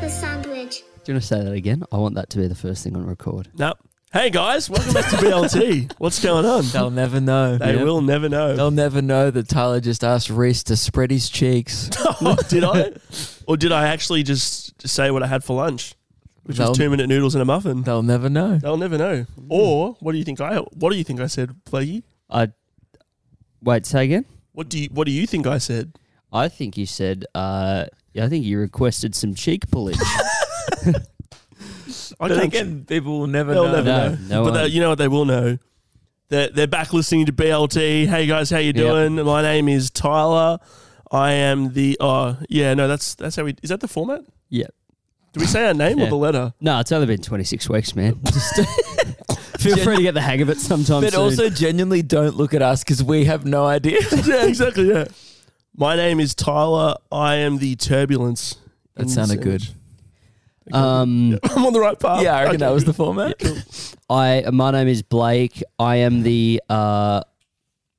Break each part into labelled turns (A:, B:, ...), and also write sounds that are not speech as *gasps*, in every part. A: the sandwich.
B: Do you want to say that again? I want that to be the first thing on record.
C: Nope. Hey guys, welcome back to
D: *laughs*
C: BLT. What's going on?
D: They'll never know.
C: They will never know. *laughs*
D: They'll never know that Tyler just asked Reese to spread his cheeks.
C: did
D: *laughs*
C: I? Or did I actually just say what I had for lunch, which
D: They'll-
C: was two minute noodles and a muffin?
D: They'll never know.
C: They'll never know. Or what do you think I? What do you think I said, Flaggy?
B: *laughs* I wait. Say again.
C: What do you? What do you think I said?
B: I think you said. Uh, I think you requested some cheek *laughs* pullage.
C: I
D: But
C: think
D: again, people will never
C: they'll
D: know.
C: never
B: No,
C: know.
D: *laughs*
B: no
C: but they-
B: one-
C: you know what? They will know. They're, they're back listening to BLT. Hey guys, how you doing? My name is Tyler. I am the. Oh yeah, no, that's that's how we. Is that the format?
B: yeah.
C: Do we say our name or
B: Yeah.
C: the letter?
B: No, it's only been 26 weeks,
D: *laughs*
B: man. Just feel free to get the hang of it sometime
D: But
B: soon.
D: also, genuinely don't look at us because we have no idea.
C: *laughs* yeah, exactly. Yeah. My name is Tyler. I am the turbulence.
D: That
C: in
D: sounded
C: Sandwich.
D: good.
B: um,
C: *laughs* I'm on the right path.
D: *laughs* Yeah, I reckon
C: Okay.
D: that was the format.
B: I my name is Blake. I am the uh,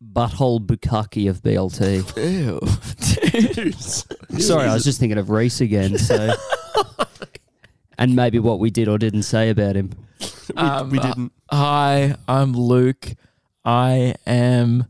B: butthole bukkake of BLT.
D: *laughs* Ew.
B: Sorry, I was just thinking of Reese again.
D: *laughs*
B: So, and maybe what we did or didn't say about him.
C: we,
D: Um,
C: we didn't.
D: Hi, I'm Luke. I am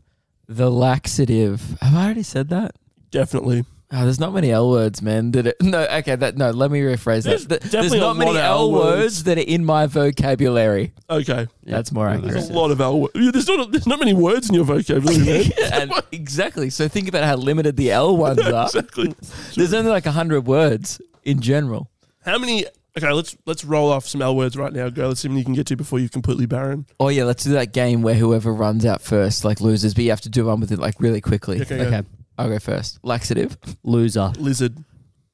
D: the laxative. Have I already said that?
C: Definitely.
D: Oh, there's not many L words, man. Did it? *laughs* No, okay. That no. Let me rephrase
C: There's
D: that. Th- There's
C: definitely a
D: not many
C: lot of
D: L
C: L
D: words.
C: words.
D: that are in my vocabulary.
C: Okay.
D: That's more
B: Yeah, that
D: accurate.
C: There's a lot of L words. There's not, there's not many words in your vocabulary,
D: *laughs*
C: man.
D: and exactly. So think about how limited the
C: *laughs*
D: L ones are.
C: exactly.
D: There's only like hundred words in general.
C: How many? Okay, let's let's roll off some L words right now. Go. Let's see how many you can get to before you're completely barren.
D: Oh yeah, let's do that game where whoever runs out first like loses. But you have to do one with it like really quickly.
C: Okay. go.
B: Okay,
D: I'll go first. Laxative,
B: loser,
C: Lizard,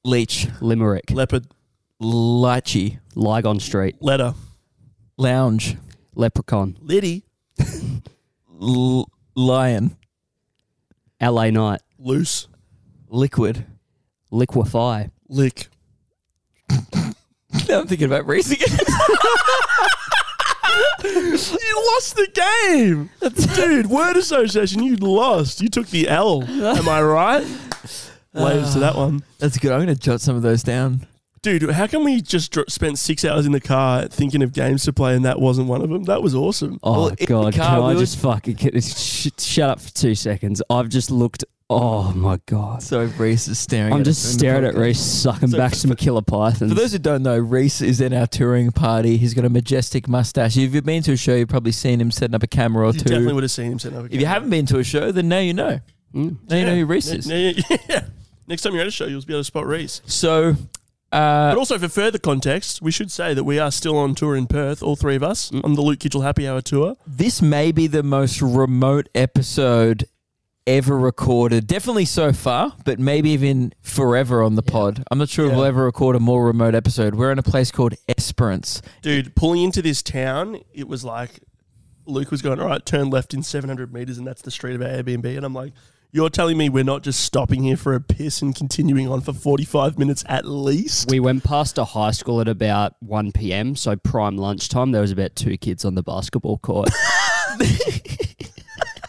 D: leech,
B: Limerick,
C: leopard,
D: lychee,
B: Lygon Street,
C: letter,
D: lounge,
B: Leprechaun,
C: liddy,
D: l- lion,
B: LA Night,
C: loose,
D: liquid. *laughs*
B: Liquefy,
C: lick,
D: Now I'm thinking about racing.
C: You lost the game.
D: *laughs*
C: Dude, word association, you lost. You took the L. Am I right? Waves to that one.
D: *laughs* That's good. I'm gonna jot some of those down.
C: Dude, how can we just dr- spend six hours in the car thinking of games to play and that wasn't one of them? That was awesome.
B: Oh
D: Well, in the
B: God!
D: car,
B: Can
D: we
B: I
D: were-
B: just fucking get this? Sh- shut up for two seconds. I've just looked. Oh my God!
D: So Reese is staring.
B: I'm
D: at
B: just
D: us in the
B: staring at
D: podcast.
B: Reese sucking back some killer pythons.
D: For those who don't know, Reese is in our touring party. He's got a majestic mustache. If you've been to a show, you've probably seen him setting up a camera or
C: You
D: two.
C: definitely would have seen him set up.
D: if you haven't been to a show, then now you know.
B: Mm.
D: Now you know who Reese is.
C: Yeah. *laughs* Next time you're at a show, you'll be able to spot Reese.
D: So,
C: But
D: uh,
C: also, for further context, we should say that we are still on tour in Perth, all three of us,
D: Mm.
C: on the Luke Kitchell Happy Hour tour.
D: this may be the most remote episode ever recorded. Definitely so far, but maybe even forever on the pod. I'm not sure if
C: Yeah.
D: we'll ever record a more remote episode. We're in a place called Esperance.
C: Dude, pulling into this town, it was like Luke was going, all right, turn left in 700 meters, and that's the street of our Airbnb. And I'm like, you're telling me we're not just stopping here for a piss and continuing on for 45 minutes at least?
B: we went past a high school at about 1 p.m. So prime lunchtime, there was about two kids on the basketball
C: *laughs*
B: court.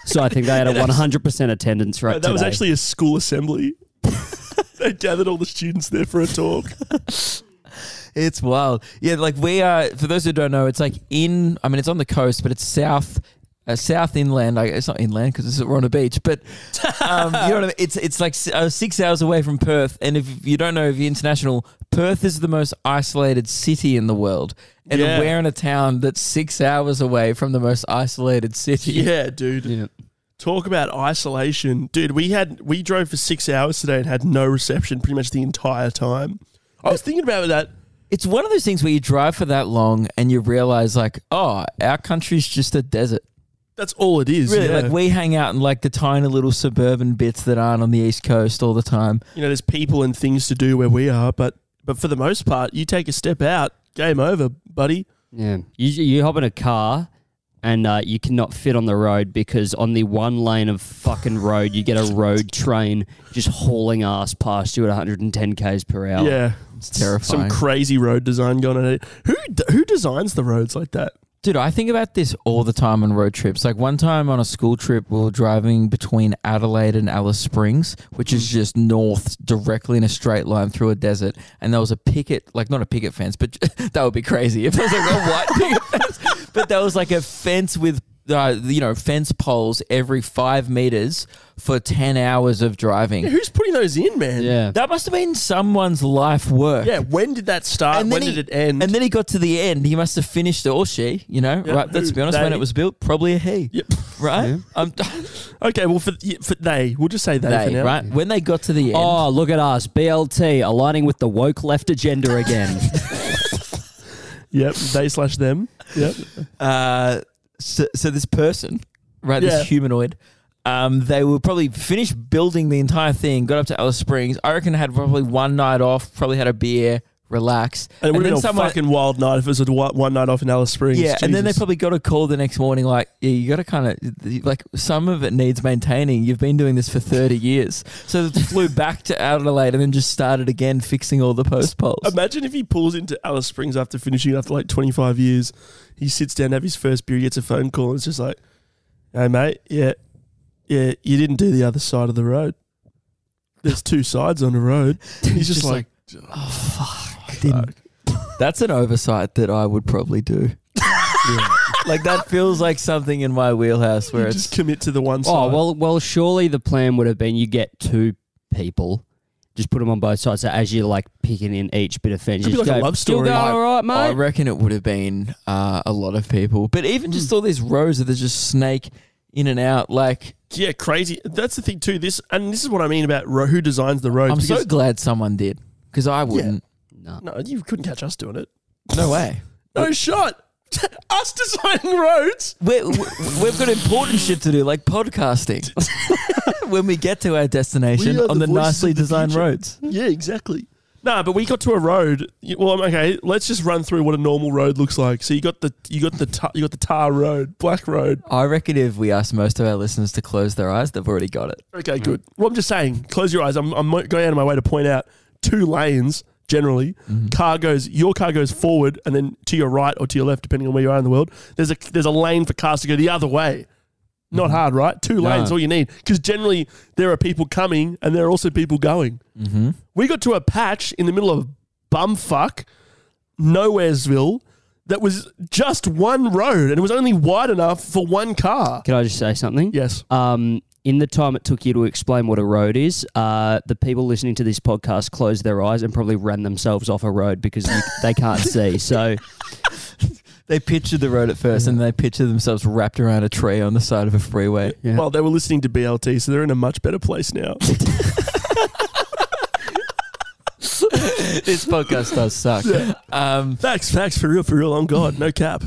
B: so I think they had a 100% attendance rate.
C: that was
B: today.
C: actually a school assembly. *laughs* they gathered all the students there for a talk.
D: It's wild. Yeah, like we are. For those who don't know, it's like in. I mean, it's on the coast, but it's south, uh, south inland. Like it's not inland because it's we're on a beach, but um, you know what I mean. It's it's like s- uh, six hours away from Perth, and if you don't know, if you're international, Perth is the most isolated city in the world, and
C: Yeah.
D: we're in a town that's six hours away from the most isolated city.
C: Yeah, dude.
B: Yeah.
C: Talk about isolation, dude. We had we drove for six hours today and had no reception pretty much the entire time. I was thinking about that.
D: It's one of those things where you drive for that long and you realize, like, oh, our country's just a desert.
C: That's all it is.
D: Really,
C: yeah.
D: like we hang out in like the tiny little suburban bits that aren't on the east coast all the time.
C: you know, there's people and things to do where we are, but but for the most part, you take a step out, game over, buddy.
B: Yeah. You, you hop in a car and uh, you cannot fit on the road because on the one lane of fucking road, you get a road train just hauling ass past you at 110 k's per hour.
C: Yeah,
D: It's terrifying.
C: some crazy road design going on. Who d- who designs the roads like that?
D: Dude, I think about this all the time on road trips. Like one time on a school trip, we were driving between Adelaide and Alice Springs, which
C: Mm.
D: is just north, directly in a straight line through a desert. And there was a picket, like not a picket fence, but *laughs* that would be crazy if there was like
C: *laughs*
D: a white picket fence. But there was like a fence with, uh, you know, fence poles every five meters for 10 hours of
C: *laughs*
D: driving.
C: Who's putting those in, man?
B: Yeah.
D: That must have been someone's life work.
C: Yeah. When did that start? When
D: he-
C: did it end?
D: And then he got to the end. He must have finished it, or she, you know,
C: Yeah,
D: right? Let's
C: who-
D: be honest, when
C: they-
D: it was built, probably a he,
C: Yep.
D: right?
B: Yeah.
D: *laughs* Um,
C: Okay. Well, for, yeah, for they, we'll just say they, for
D: they,
C: now.
D: right? When they got to the end,
B: Oh, look at us. BLT aligning with the woke left agenda again.
C: Yep. They slash them.
D: *laughs*
C: Yep.
D: uh, so, so this person, right,
C: Yeah.
D: this humanoid, um, they were probably finished building the entire thing, got up to Alice Springs. I reckon had probably one night off, probably had a beer, relaxed,
C: And it would have been a fucking wild night if it was a wi- one night off in Alice Springs.
D: Yeah, and then they
C: Jesus.
D: probably got a call the next morning like, yeah, you got to kind of like some of it needs maintaining. You've been doing this for 30 years. So they flew back to Adelaide and then just started again fixing all the post poles.
C: Imagine if he pulls into Alice Springs after finishing after like 25 years. He sits down, have his first beer, he gets a phone call, and it's just like, "Hey mate, yeah, yeah, you didn't do the other side of the road. There's two sides on the road." He's just,
D: Just
C: like,
D: Didn't- Oh, That's an oversight that I would
C: *laughs*
D: probably do. Like that feels like something in my wheelhouse where
C: "You
D: it's
C: just commit to the one side."
B: oh, well, well, surely the plan would have been you get two people, just put them on both sides. So as you're like picking in each bit of fence,
C: Could
B: you
C: be
B: just
C: like a
B: go,
C: love
B: "Still
C: story."
B: going
C: Like,
B: all right,
D: I
B: mate.
D: reckon it would have been uh, a lot of people. But even
C: Hmm.
D: just all these rows that there's just snake in and out. Like
C: yeah, crazy. That's the thing too. This and this is what I mean about ro- who designs the roads.
D: I'm so
C: because-
D: glad someone did because I wouldn't.
B: No.
C: no, you couldn't catch us doing it.
D: No way.
C: No shot. *laughs* us designing roads.
D: We're, we- we've got important shit to do, like podcasting.
C: *laughs*
D: when we get to our destination
C: We are
D: on
C: the voices
D: the, nicely
C: of the
D: designed
C: future.
D: roads.
C: Yeah, exactly. Nah, but we got to a road. you- Well, I'm- okay, let's just run through what a normal road looks like. So you got the you got the ta- you got the tar road, black road.
D: I reckon if we asked most of our listeners to close their eyes, they've already got it.
C: Okay, good. Well, I'm just saying, close your eyes. I'm, I'm going out of my way to point out two lanes generally. Car goes your car goes forward, and then to your right or to your left, depending on where you are in the world. There's a there's a lane for cars to go the other way. Not hard, right? Two lanes, all you need. Because generally there are people coming and there are also people going.
D: Mm-hmm.
C: We got to a patch in the middle of bumfuck Nowheresville that was just one road and it was only wide enough for one car.
B: Can I just say something?
C: Yes.
B: Um, in the time it took you to explain what a road is, uh, the people listening to this podcast closed their eyes and probably ran themselves off a road because you, they
C: *laughs*
B: can't see. So
D: They pictured the road at first, and they picture themselves wrapped around a tree on the side of
C: *laughs*
D: a freeway.
B: Yeah.
C: Well, they were listening to BLT, so they're in a much better place
D: *laughs*
C: now.
D: this podcast does suck. Um,
C: facts, facts, for real, for real. On God, no cap.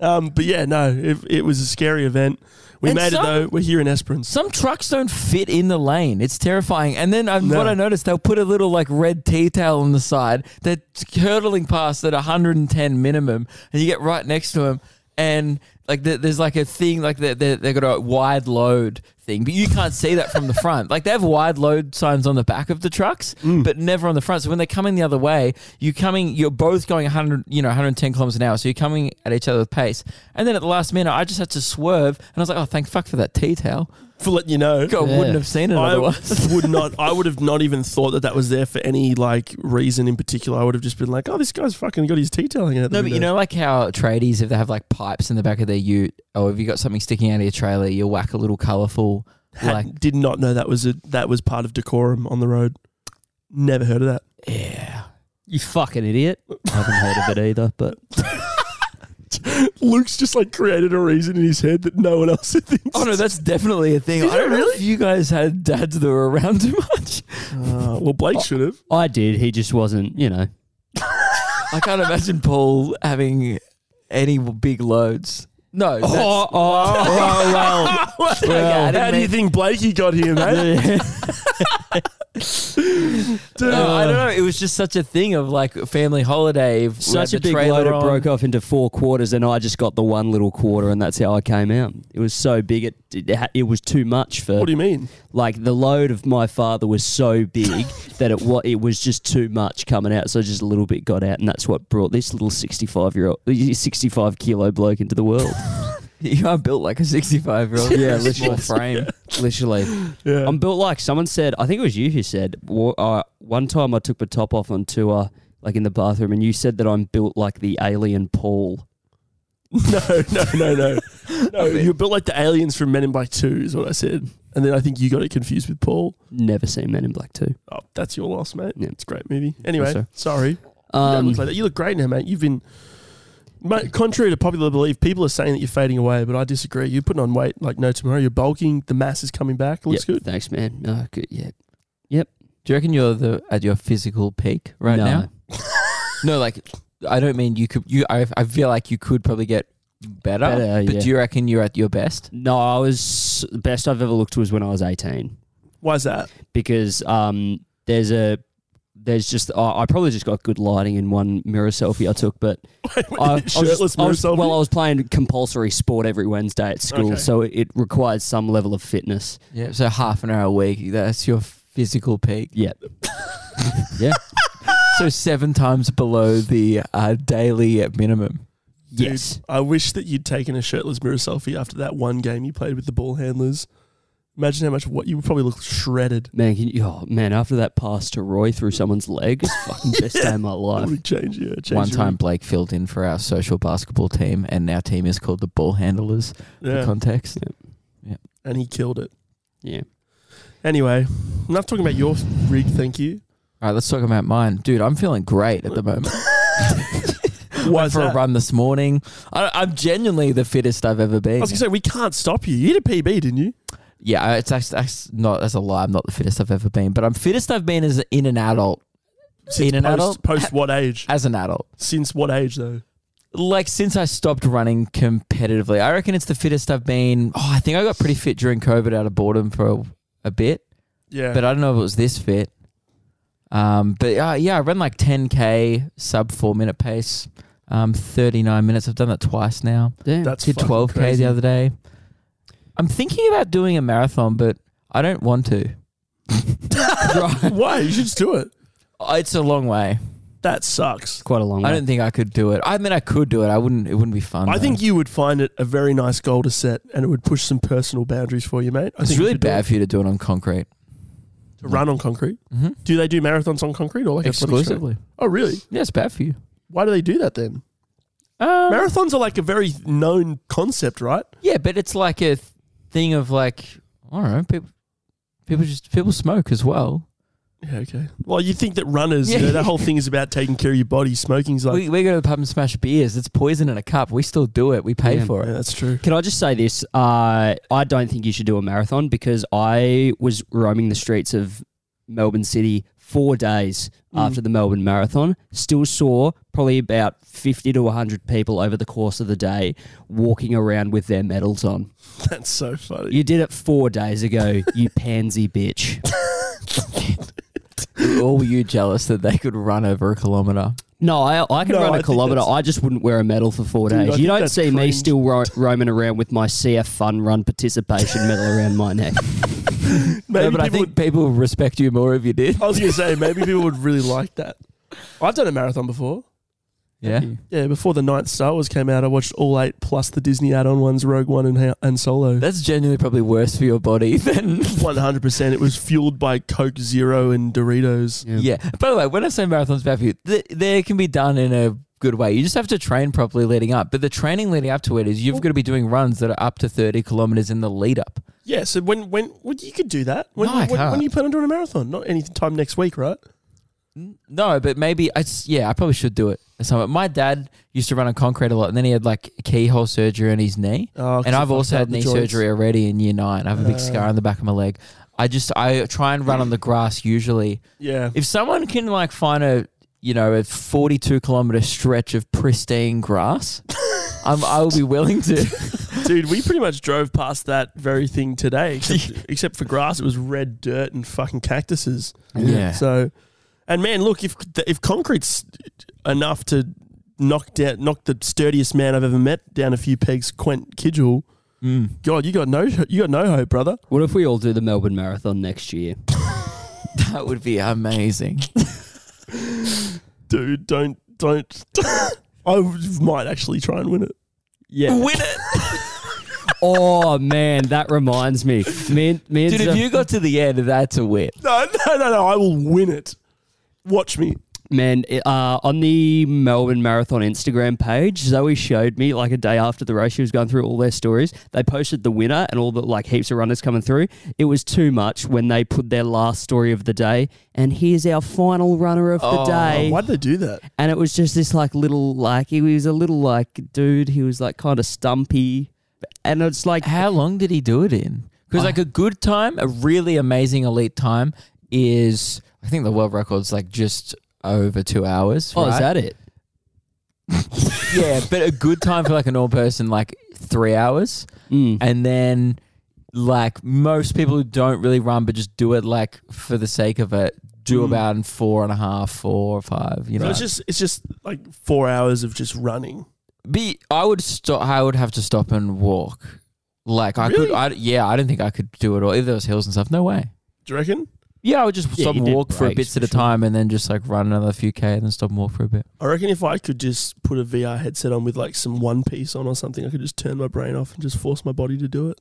C: Um, but yeah, no, it, it was a scary event. We
D: And
C: made
D: some-
C: it though. We're here in Esperance.
D: some trucks don't fit in the lane. It's terrifying. And then um,
C: No.
D: what I noticed, they'll put a little like red tea towel on the side. They're hurtling past at 110 minimum, and you get right next to them, and like there- there's like a thing like they they they got a wide load thing, but you can't see that from the front. Like they have wide load signs on the back of the trucks, but never on the front. So when they're coming the other way, you coming, you're both going 100, you know, 110 kilometers an hour. So you're coming at each other with pace, and then at the last minute, I just had to swerve, and I was like, oh, thank fuck for that tea towel.
C: For letting you know,
D: God,
B: Yeah.
D: wouldn't have seen it
C: I
D: otherwise.
C: *laughs* would not. I would have not even thought that that was there for any like reason in particular. I would have just been like, "Oh, this guy's fucking got his tea telling out." the
D: No, but you
C: window."
D: know, like how tradies, if they have like pipes in the back of their ute, or if you got something sticking out of your trailer, you whack a little colourful.
C: Had-
D: Like,
C: did not know that was a that was part of decorum on the road. Never heard of that.
D: yeah.
B: you fucking idiot. I haven't heard of it either, but
C: Luke's just like created a reason in his head that no one else *laughs* thinks.
D: Oh no, that's definitely a thing.
C: Is
D: I
C: it
D: don't know if you guys had dads that were around *laughs* too much.
C: Uh, well,
D: Oh.
C: Blake should have.
B: I did. He just wasn't, you
C: *laughs*
B: know.
D: I can't imagine Paul having any big loads. Oh, No. that's-
C: Oh,
B: well.
D: *laughs* Okay, I didn't
B: Oh
C: How do you
B: *laughs*
D: mean-
C: think Blakey got here, mate? *laughs* Dude,
D: No,
B: Oh.
D: I don't know. It was just such a thing of like family holiday. We
B: Such a
D: had the
B: big
D: trailer
B: load. It
D: on.
B: broke off into four quarters, and I just got the one little quarter, and that's how I came out. It was so big, it it, ha- it was too much for.
C: what do you mean?
B: like the load of my father was so big that it was it was just too much coming out. So just a little bit got out, and that's what brought this little sixty-five year old, sixty-five kilo bloke into the world.
D: You are built like a 65 year
B: *laughs*
D: old.
B: Yeah,
D: small
B: literally. *laughs*
D: frame.
B: Literally,
C: Yeah.
B: I'm built like someone said. I think it was you who said wa- uh, one time I took my top off on tour, like in the bathroom, and you said that I'm built like the alien Paul.
C: *laughs* no, no, no,
B: *laughs*
C: no. No, you're built like the aliens from Men in Black 2 is what I said. And then I think you got it confused with Paul.
B: Never seen Men in Black two.
C: Oh, that's your loss, mate.
B: Yeah.
C: It's a great movie. Anyway,
B: so.
C: sorry. You don't
B: Um,
C: look like that. You look great now, mate. You've been. Mate, contrary to popular belief, people are saying that you're fading away, but I disagree. You're putting on weight like no tomorrow. You're bulking. The mass is coming back. It looks
B: yep,
C: good.
B: Thanks, man. No, good. Yeah,
D: Do you reckon you're the at your physical peak right
B: No.
D: *laughs* now? No, like I don't mean you could. You, I, I feel like you could probably get better.
B: Better,
D: but
B: yeah.
D: do you reckon you're at your best?
B: No, I was the best I've ever looked was when I was 18.
C: Why is that? *laughs*
B: because um, there's a there's just I I probably just got good lighting in one mirror selfie I took, but I, I
C: *laughs*
B: was just-
C: Shirtless
B: I
C: mirror
B: was-
C: selfie?
B: Well, I was playing compulsory sport every Wednesday at school,
C: Okay.
B: so it, it requires some level of fitness.
D: Yeah. So half an hour a week. That's your physical peak.
B: Yeah, yeah,
D: So seven times below the uh, daily minimum.
C: Dude,
B: yes.
C: I wish that you'd taken a shirtless mirror selfie after that one game you played with the ball handlers. Imagine how much what you would probably look shredded.
B: Man, can you, oh man! After that pass to Roy through someone's leg, it's fucking best day of my
C: That
B: life.
C: would change you. Change
D: One
C: you.
D: time, Blake filled in for our social basketball team, and our team is called the Ball Handlers. For
C: yeah,
D: context.
C: and he killed it.
B: Yeah,
C: Anyway, enough talking about your rig. Thank
D: *laughs*
C: you.
D: All right, let's talk about mine, dude. I'm feeling great at the moment.
C: Why
D: Went
C: is
D: for a
C: that? I
D: run this morning. I, I'm genuinely the fittest I've ever been.
C: was gonna say we can't stop you. You hit a PB, didn't you?
D: Yeah, I- it's actually that's not that's a lie. I'm not the fittest I've ever been, but I'm fittest I've been as in an adult, in an
C: post,
D: adult,
C: Post what age?
D: as an adult.
C: Since what age though?
D: Like since I stopped running competitively, I reckon it's the fittest I've been. Oh, I think I got pretty fit during COVID out of boredom for a, a bit,
C: Yeah.
D: but I don't know if it was this fit. Um, but uh, yeah, I ran like 10k sub four minute pace, um, 39 minutes. I've done that twice now.
B: damn.
C: That's
D: Did
C: fucking
D: 12k
C: crazy.
D: the other day. I'm thinking about doing a marathon, but I don't want to.
B: right.
C: *laughs* Why? You should just do it.
D: Oh, It's a long way.
C: That sucks.
B: Quite a long
D: I
B: way.
D: don't think I could do it. I mean, I could do it. I wouldn't. It wouldn't be fun.
C: I
D: though.
C: think you would find it a very nice goal to set, and it would push some personal boundaries for you, mate. I think
D: it's
C: you
D: really
C: should do
D: bad
C: it.
D: for you to do it on concrete.
C: to run on concrete.
D: Mm-hmm.
C: Do they do marathons on concrete or like athletic track?
D: Exclusively.
C: Oh, really?
D: Yeah, it's bad for you.
C: Why do they do that then?
D: Um,
C: Marathons are like a very known concept, right?
D: yeah, but it's like a th- thing of like I don't know. People, people just people smoke as well.
C: Yeah, okay. Well, you think that runners, you
D: Yeah.
C: know, that whole thing is about taking care of your body. Smoking's like,
D: we we go to the pub and smash beers. It's poison in a cup. We still do it. We pay
B: Yeah.
D: for
C: yeah,
D: it.
C: that's
D: *laughs*
C: true.
B: Can I just say this? Uh, I don't think you should do a marathon because I was roaming the streets of Melbourne City four days
C: Mm.
B: after the Melbourne Marathon. Still saw probably about 50 to 100 people over the course of the day walking around with their medals on.
C: That's so funny.
B: You did it four days ago, you pansy bitch.
D: or were you jealous that they could run over a kilometer?
B: No, I, I can
C: No, I
B: run a
C: think
B: kilometre.
C: that's-
B: I just wouldn't wear a medal for four
C: Dude, I
B: days.
C: think
B: You don't
C: that's
B: see me
C: cringe.
B: still ro- roaming around with my CF Fun Run participation
C: *laughs*
B: medal around my neck.
C: Maybe
D: no, but I
C: people
D: think
C: would,
D: people would respect you more if you did.
C: I was going to say, maybe people would really like that. I've done a marathon before.
D: Yeah.
C: Yeah, before the ninth Star Wars came out, I watched all eight plus the Disney add-on ones, Rogue One and, and Solo.
D: That's genuinely probably worse for your body *laughs* than
C: *laughs* One hundred percent. It was fueled by Coke Zero and Doritos.
D: Yeah. By the way, when I say marathons bad for you, th- they can be done in a good way. You just have to train properly leading up. But the training leading up to it is you've got to be doing runs that are up to 30 kilometers in the lead up.
C: Yeah. So when when, when you could do that? When
D: No, I
C: when, when
D: can't.
C: you plan on doing a marathon? Not any time next week, right?
D: No, but maybe it's yeah. I probably should do it. at some point. My dad used to run on concrete a lot, and then he had like keyhole surgery on his knee.
C: Oh, 'cause
D: and
C: you
D: I've
C: fucked
D: also had
C: up the
D: knee
C: joints.
D: surgery already in year nine. I have a big
C: Uh.
D: scar on the back of my leg. I just I try and run on the grass usually. *laughs*
C: Yeah.
D: If someone can like find a you know a *laughs* forty-two kilometer stretch of pristine grass, I'm I will be willing to
C: Dude, we pretty much drove past that very thing
D: *laughs*
C: today, except, except for grass. It was red dirt and fucking cactuses.
D: Yeah.
C: So, and man, look if if concrete's enough to knock down knock the sturdiest man I've ever met down a few pegs, Quent Kidgel.
D: Mm.
C: God, you got no you got no hope, brother.
B: What if we all do the Melbourne Marathon next year?
D: That would be amazing.
C: Dude, don't don't. *laughs* I might actually try and win it.
B: Yeah.
D: Win it.
B: oh man, that reminds me. Me and me and
D: Dude, if
B: Zaf-
D: you got to the end, that's a win.
C: No, no, no, no. I will win it. Watch me.
B: Man, it- uh, on the Melbourne Marathon Instagram page, Zoe showed me like a day after the race, she was going through all their stories. They posted the winner and all the like heaps of runners coming through. It was too much when they put their last story of the day, and here's our final runner of the day.
C: Oh, Why'd they do that?
B: And it was just this like little like he was a little like dude. He was like kind of stumpy, and it's like
D: How long did he do it in? Because like a good time, a really amazing elite time is I think the world record's like just over two hours.
B: oh, is
D: right?
B: that it?
D: yeah, but a good time for like a normal person, like three hours.
B: Mm.
D: And then like most people who don't really run but just do it like for the sake of it, do
B: Mm.
D: about in four and a half, four or five, you
C: So
D: know.
C: it's just it's just like four hours of just running.
D: be I would stop I would have to stop and walk. Like I
C: Really?
D: could I yeah, I don't think I could do it all. If there was hills and stuff, no way.
C: Do you reckon?
D: Yeah, I would just
B: Yeah,
D: stop
B: you
D: and
B: did
D: walk for a
B: breaks
D: bit at
B: for
D: a
B: sure.
D: time and then just like run another few K and then stop and walk for a bit. *laughs*
C: I reckon if I could just put a VR headset on with like some One Piece on or something, I could just turn my brain off and just force my body to do it.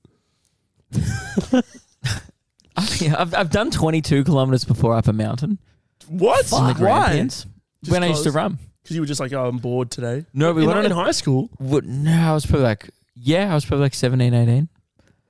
D: I think I've, I've done 22 kilometers before up a mountain.
C: What?
D: in the Grand
C: Why?
D: Pians,
C: Just
D: When I used to
C: cause-
D: run.
C: Because you were just like, oh, I'm bored today.
D: No, we
C: in,
D: went on
C: in
D: a,
C: high school.
D: would- no, I was probably like, yeah, I was probably like 17, 18.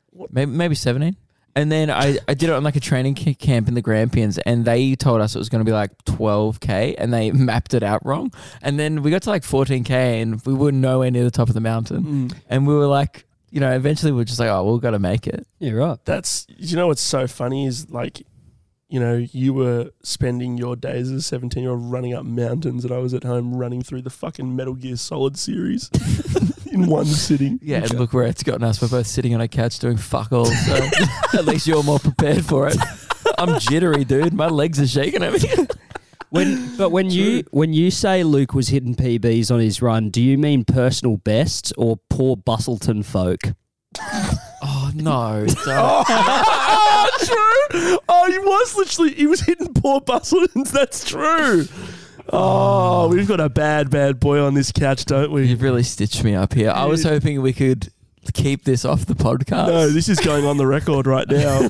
C: What?
D: Maybe, maybe 17. And then I, I did it on like a training ca- camp in the Grampians and they told us it was going to be like 12K and they *laughs* mapped it out wrong. And then we got to like 14K and we were nowhere near the top of the mountain. And we were like, you know, eventually we are just like, oh, we've got to make it.
B: Yeah, right.
C: That's you know what's so funny is like, you know, you were spending your days as a 17 year old running up mountains, and I was at home running through the fucking Metal Gear Solid series *laughs* in one sitting.
D: Yeah, and look where it's gotten us. We're both sitting on a couch doing fuck all. So *laughs* at least you're more prepared for it. I'm jittery, dude. My legs are shaking at me.
B: When but when you when you say Luke was hitting PBs on his run, do you mean personal bests or poor Bustleton folk?
D: Oh *laughs* no!
C: Oh, *laughs* true. Oh, he was literally he was hitting poor Bustleton's. That's true. Oh, we've got a bad, bad boy on this couch, don't we?
D: You've really stitched me up here. I was
C: Dude.
D: hoping we could keep this off the podcast.
C: No, this is going on the record right
D: *laughs*
C: now.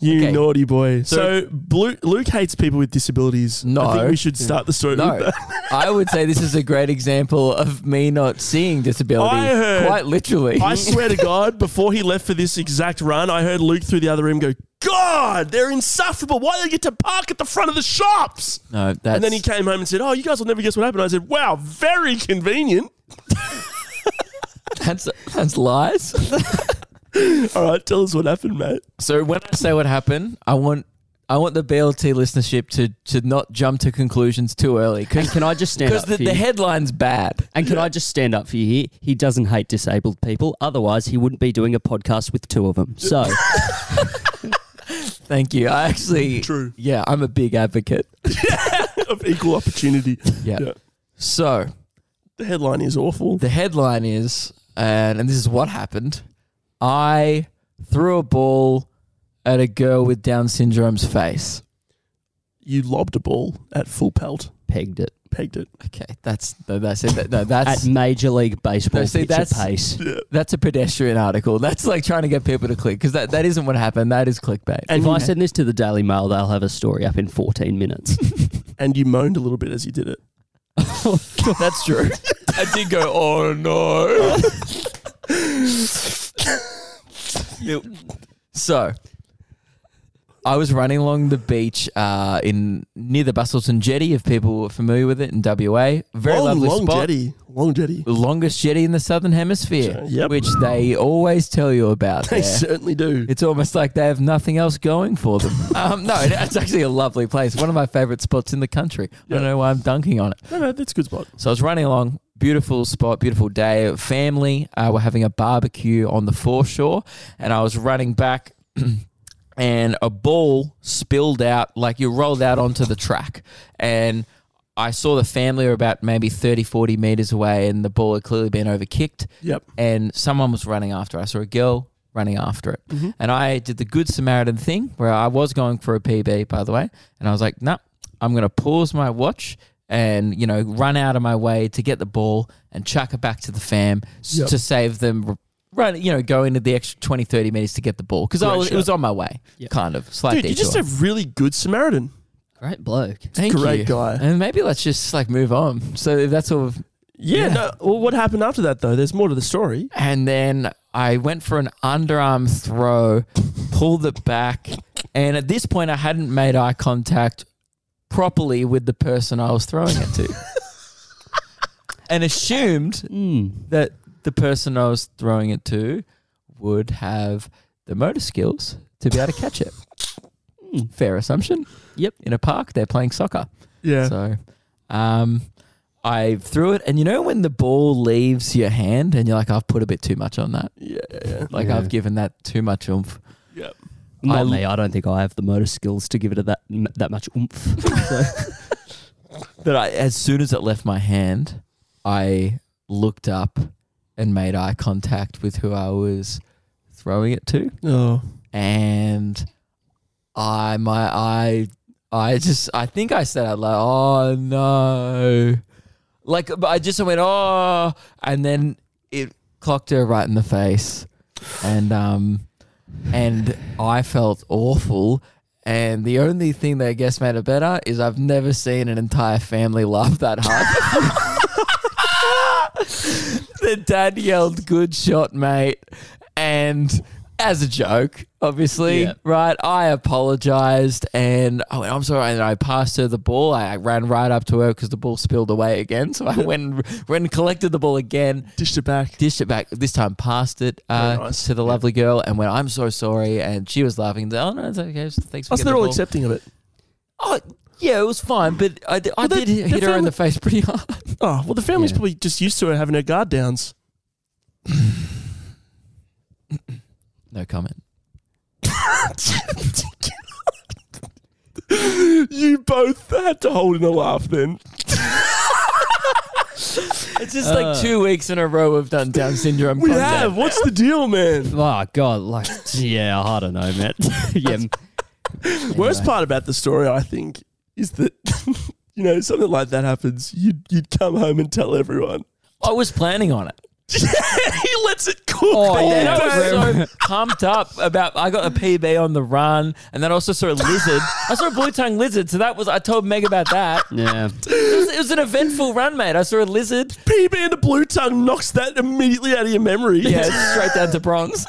C: You
D: Okay.
C: naughty boy. So, Blu- Luke hates people with disabilities.
D: No.
C: I think we should start the story. with
D: no.
C: that.
D: I would say this is a great example of me not seeing disability.
C: I heard-
D: Quite literally.
C: I swear to God, before he left for this exact run, I heard Luke through the other room go, God, they're insufferable. Why do they get to park at the front of the shops?
D: *laughs* no, that's
C: And then he came home and said, Oh, you guys will never guess what happened. I said, Wow, very convenient.
D: that's that's lies. *laughs*
C: All right, tell us what happened, mate. *laughs*
D: So when I say what happened, I want I want the BLT listenership to to not jump to conclusions too early
B: And
D: because
B: can I just
D: *laughs*
B: stand
D: because
B: up
D: the,
B: for
D: the
B: you?
D: headline's bad.
B: and can I just stand up for you here? He doesn't hate disabled people. Otherwise, he wouldn't be doing a podcast with two of them.
D: *laughs*
B: So,
D: Thank you. I actually
C: True.
D: Yeah, I'm a big advocate.
C: of equal opportunity.
D: Yeah.
C: Yeah.
D: So
C: The headline is awful.
D: the headline is and, and this is what happened. I threw a ball at a girl with Down syndrome's face.
C: You lobbed a ball at full pelt,
B: pegged it
C: pegged
D: *laughs*
C: it.
D: Okay, that's no, that's it. That- No, that's
B: at Major League Baseball
D: No, see,
B: pitcher
D: that's- *laughs*
B: pace.
D: that's a pedestrian article. That's like trying to get people to click because that, that isn't what happened. That is clickbait.
C: And
B: If I
C: you,
B: send this to the Daily Mail, they'll have a story up in 14
D: *laughs*
B: minutes.
C: and you moaned a little bit as you did it.
D: That's true. I did go, oh no. so I was running along the beach uh, in near the Bustleton Jetty, if people were familiar with it in WA. Very
C: long,
D: lovely
C: Oh, long
D: spot.
C: jetty. Long jetty.
D: The Longest jetty in the southern hemisphere,
C: Yep.
D: which they always tell you about.
C: They
D: there.
C: certainly do.
D: It's almost like they have nothing else going for
C: *laughs*
D: them. um, no, it's actually a lovely place. One of my favorite spots in the country. I don't know why I'm dunking on it.
C: No, no, that's a good spot.
D: So I was running along, beautiful spot, beautiful day. Family uh, were having a barbecue on the foreshore, and I was running back, *clears throat* and a ball spilled out like you rolled out onto the track, and. I saw the family were about maybe 30, 40 meters away, and the ball had clearly been overkicked
C: Yep.
D: and someone was running after. it. I saw a girl running after it,
C: Mm-hmm.
D: and I did the good Samaritan thing where I was going for a PB, by the way, and I was like, "No, I'm going to pause my watch and you know run out of my way to get the ball and chuck it back to the fam s-
C: Yep.
D: to save them." r- Run, you know, go into the extra 20, 30 minutes to get the ball because
C: Great
D: I was, it
C: shot.
D: was on my way,
B: Yep.
D: kind of slight
C: Dude,
D: detour.
C: you're just a really good Samaritan.
B: Great bloke.
D: Thank
C: great
D: you.
C: guy.
D: and maybe let's just like move on. So that's all.
C: Yeah.
D: Yeah.
C: No, well, what happened after that though? There's more to the story.
D: And then I went for an underarm throw, pulled it back. And at this point, I hadn't made eye contact properly with the person I was throwing it to. and assumed
B: Mm.
D: that the person I was throwing it to would have the motor skills to be able to catch it. Fair assumption.
B: Yep.
D: In a park, they're playing soccer.
C: Yeah.
D: So, um, I threw it, and you know when the ball leaves your hand, and you're like, I've put a bit too much on that.
C: Yeah. Yeah.
D: Like
B: Yeah.
D: I've given that too much oomph.
C: yeah.
B: Not
D: I-
B: me. I don't think I have the motor skills to give it a that m- that much oomph.
D: *laughs*
B: So,
D: That I, as soon as it left my hand, I looked up and made eye contact with who I was throwing it to,
C: Oh.
D: and I my I I just I think I said out loud, "Oh no!" Like but I just went, "Oh," and then it clocked her right in the face, and um. and I felt awful. And the only thing that I guess made it better is I've never seen an entire family laugh that hard. the dad yelled, "Good shot, mate!" and as a joke, obviously,
B: Yeah.
D: right? I apologized and I went, I'm sorry. And I passed her the ball. I ran right up to her because the ball spilled away again. So I went, and- went and collected the ball again
C: Dished it back.
D: dished it back this time passed it uh,
C: Very nice.
D: to the lovely girl and went i'm so sorry and she was laughing oh no it's okay thanks for
C: Oh, so
D: getting
C: they're
D: the
C: all
D: ball."
C: accepting of it.
D: oh yeah it was fine but i, d- I
C: Well, they-
D: did hit
C: they
D: her in
C: found
D: the face pretty hard *laughs*
C: Oh, well, the family's
B: Yeah.
C: probably just used to her having her guard downs.
D: no comment
C: You both had to hold in a laugh then.
D: it's just
B: Uh.
D: like two weeks in a row we've done down syndrome
C: We
D: content.
C: have. What's the deal, man?
B: oh god, *laughs* like yeah, I don't know, man. *laughs* yeah,
C: Worst
B: Anyway.
C: part about the story, I think, is that *laughs* you know something like that happens. You'd you'd come home and tell everyone. *laughs*
D: i was planning on it
C: he lets it cook.
D: Oh,
C: all
D: yeah.
C: day.
D: I *laughs* was so pumped up about. I got a PB on the run, and then I also saw a lizard. I saw a blue tongue lizard, so that was. I told Meg about that. *laughs*
B: yeah.
D: It was, it was an eventful run, mate. I saw a lizard.
C: PB and a blue tongue knocks that immediately out of your memory.
D: *laughs* Yeah, straight down to Bronx.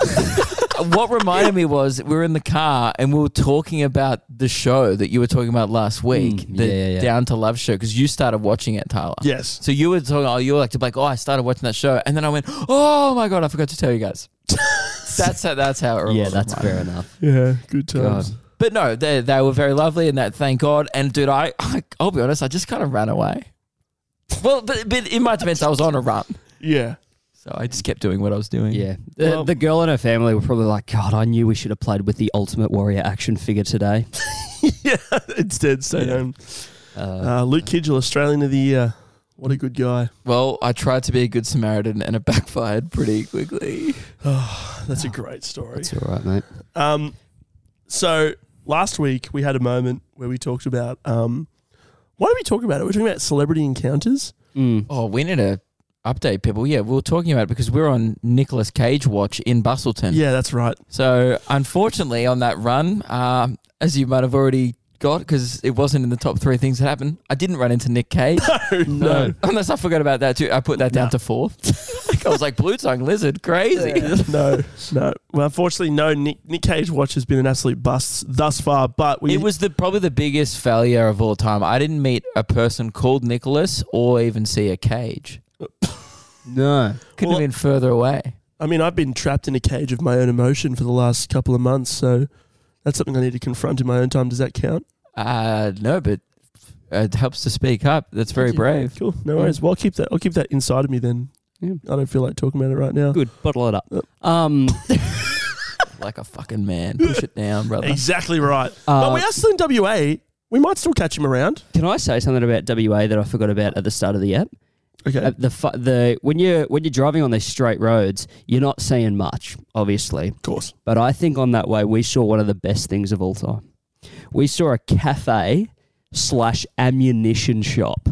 D: *laughs* what reminded me was we were in the car and we were talking about the show that you were talking about last week,
B: Mm,
D: the
B: yeah, yeah, yeah.
D: Down to Love show, because you started watching it, Tyler.
C: *laughs* Yes.
D: So you were talking, oh, you were like, to be like, oh, I started watching that show, and then I went, oh my god, I forgot to tell you guys. *laughs* that's how, that's how it. reminded
B: Yeah, that's
D: me.
B: fair enough.
C: Yeah. Good
B: God.
C: times.
D: But no, they they were very lovely, and that thank God. And dude, I, I I'll be honest, I just kind of ran away. Well, but, but in my defense, I was on a run,
C: Yeah. *laughs*
D: so I just kept doing what I was doing.
B: Yeah. The,
C: Well-
B: the girl and her family were probably like, God, I knew we should have played with the Ultimate Warrior action figure today.
C: yeah. Instead, so
D: Yeah.
C: um,
B: Uh,
C: uh, Luke Kidgel, Australian of the Year. What a good guy.
D: Well, I tried to be a good Samaritan and it backfired pretty quickly.
C: That's
D: Ah,
C: a great story.
B: it's all right, mate.
C: Um, so last week we had a moment where we talked about um, why did we talk about it? We We're talking about celebrity encounters.
B: Mm.
D: Oh, we need to update people. Yeah, we were talking about it because we are on Nicolas Cage watch in Bustleton.
C: Yeah, that's
D: *laughs*
C: right.
D: So, unfortunately, on that run, um, as you might have already got, because it wasn't in the top three things that happened, I didn't run into Nick Cage.
C: No, *laughs* no,
D: Unless I forgot about that too. I put that down
C: Nah.
D: to fourth. *laughs* Like, *laughs* I was like, blue tongue lizard, crazy.
C: Yeah, *laughs* no, no. Well, unfortunately, no. Nick, Nick Cage watch has been an absolute bust thus far, but we
D: *laughs* It was the probably the biggest failure of all time. I didn't meet a person called Nicholas or even see a cage.
B: No.
D: Couldn't
C: Well-
D: have been further away.
C: I mean, I've been trapped in a cage of my own emotion for the last couple of months, so that's something I need to confront in my own time. Does that count?
D: Uh, no, but uh, it helps to speak up. That's very
C: Thank you.
D: brave.
C: Cool. No worries. Well, I'll keep that. I'll keep that inside of me then.
B: Yeah.
C: I don't feel like talking about it right now.
B: Good, bottle it up. Um,
D: Like a fucking man. Push it down,
C: *laughs*
D: brother.
C: Exactly right.
B: uh,
C: but we are still in WA. We might still catch him around.
B: can I say something about WA that I forgot about at the start of the app?
C: Okay.
B: Uh, the fu- the when you when you're driving on these straight roads, you're not seeing much, obviously.
C: of course.
B: But I think on that way, we saw one of the best things of all time. We saw a cafe slash ammunition shop.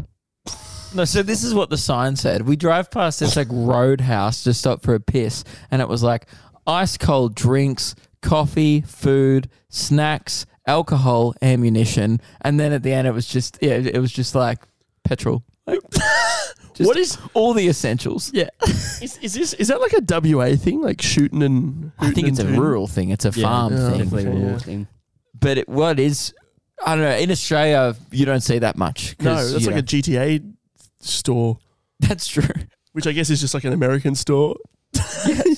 D: No, so this is what the sign said. We drive past this like roadhouse to stop for a piss, and it was like ice cold drinks, coffee, food, snacks, alcohol, ammunition, and then at the end it was just yeah, it was just like petrol. Like, *laughs* just
C: What is-
D: all the essentials?
C: Yeah. is, is this is that like a WA thing, like shooting and?
D: I think
C: hooting
D: it's a
C: and tooting?
D: rural thing. It's a farm
C: yeah.
D: thing.
B: Definitely
C: okay,
B: a real
C: yeah.
B: thing.
D: But it, what is I don't know. In Australia, you don't see that much. 'cause,
C: No, that's
D: you
C: like
D: know,
C: a GTA store,
D: *laughs* that's true.
C: which I guess is just like an American store.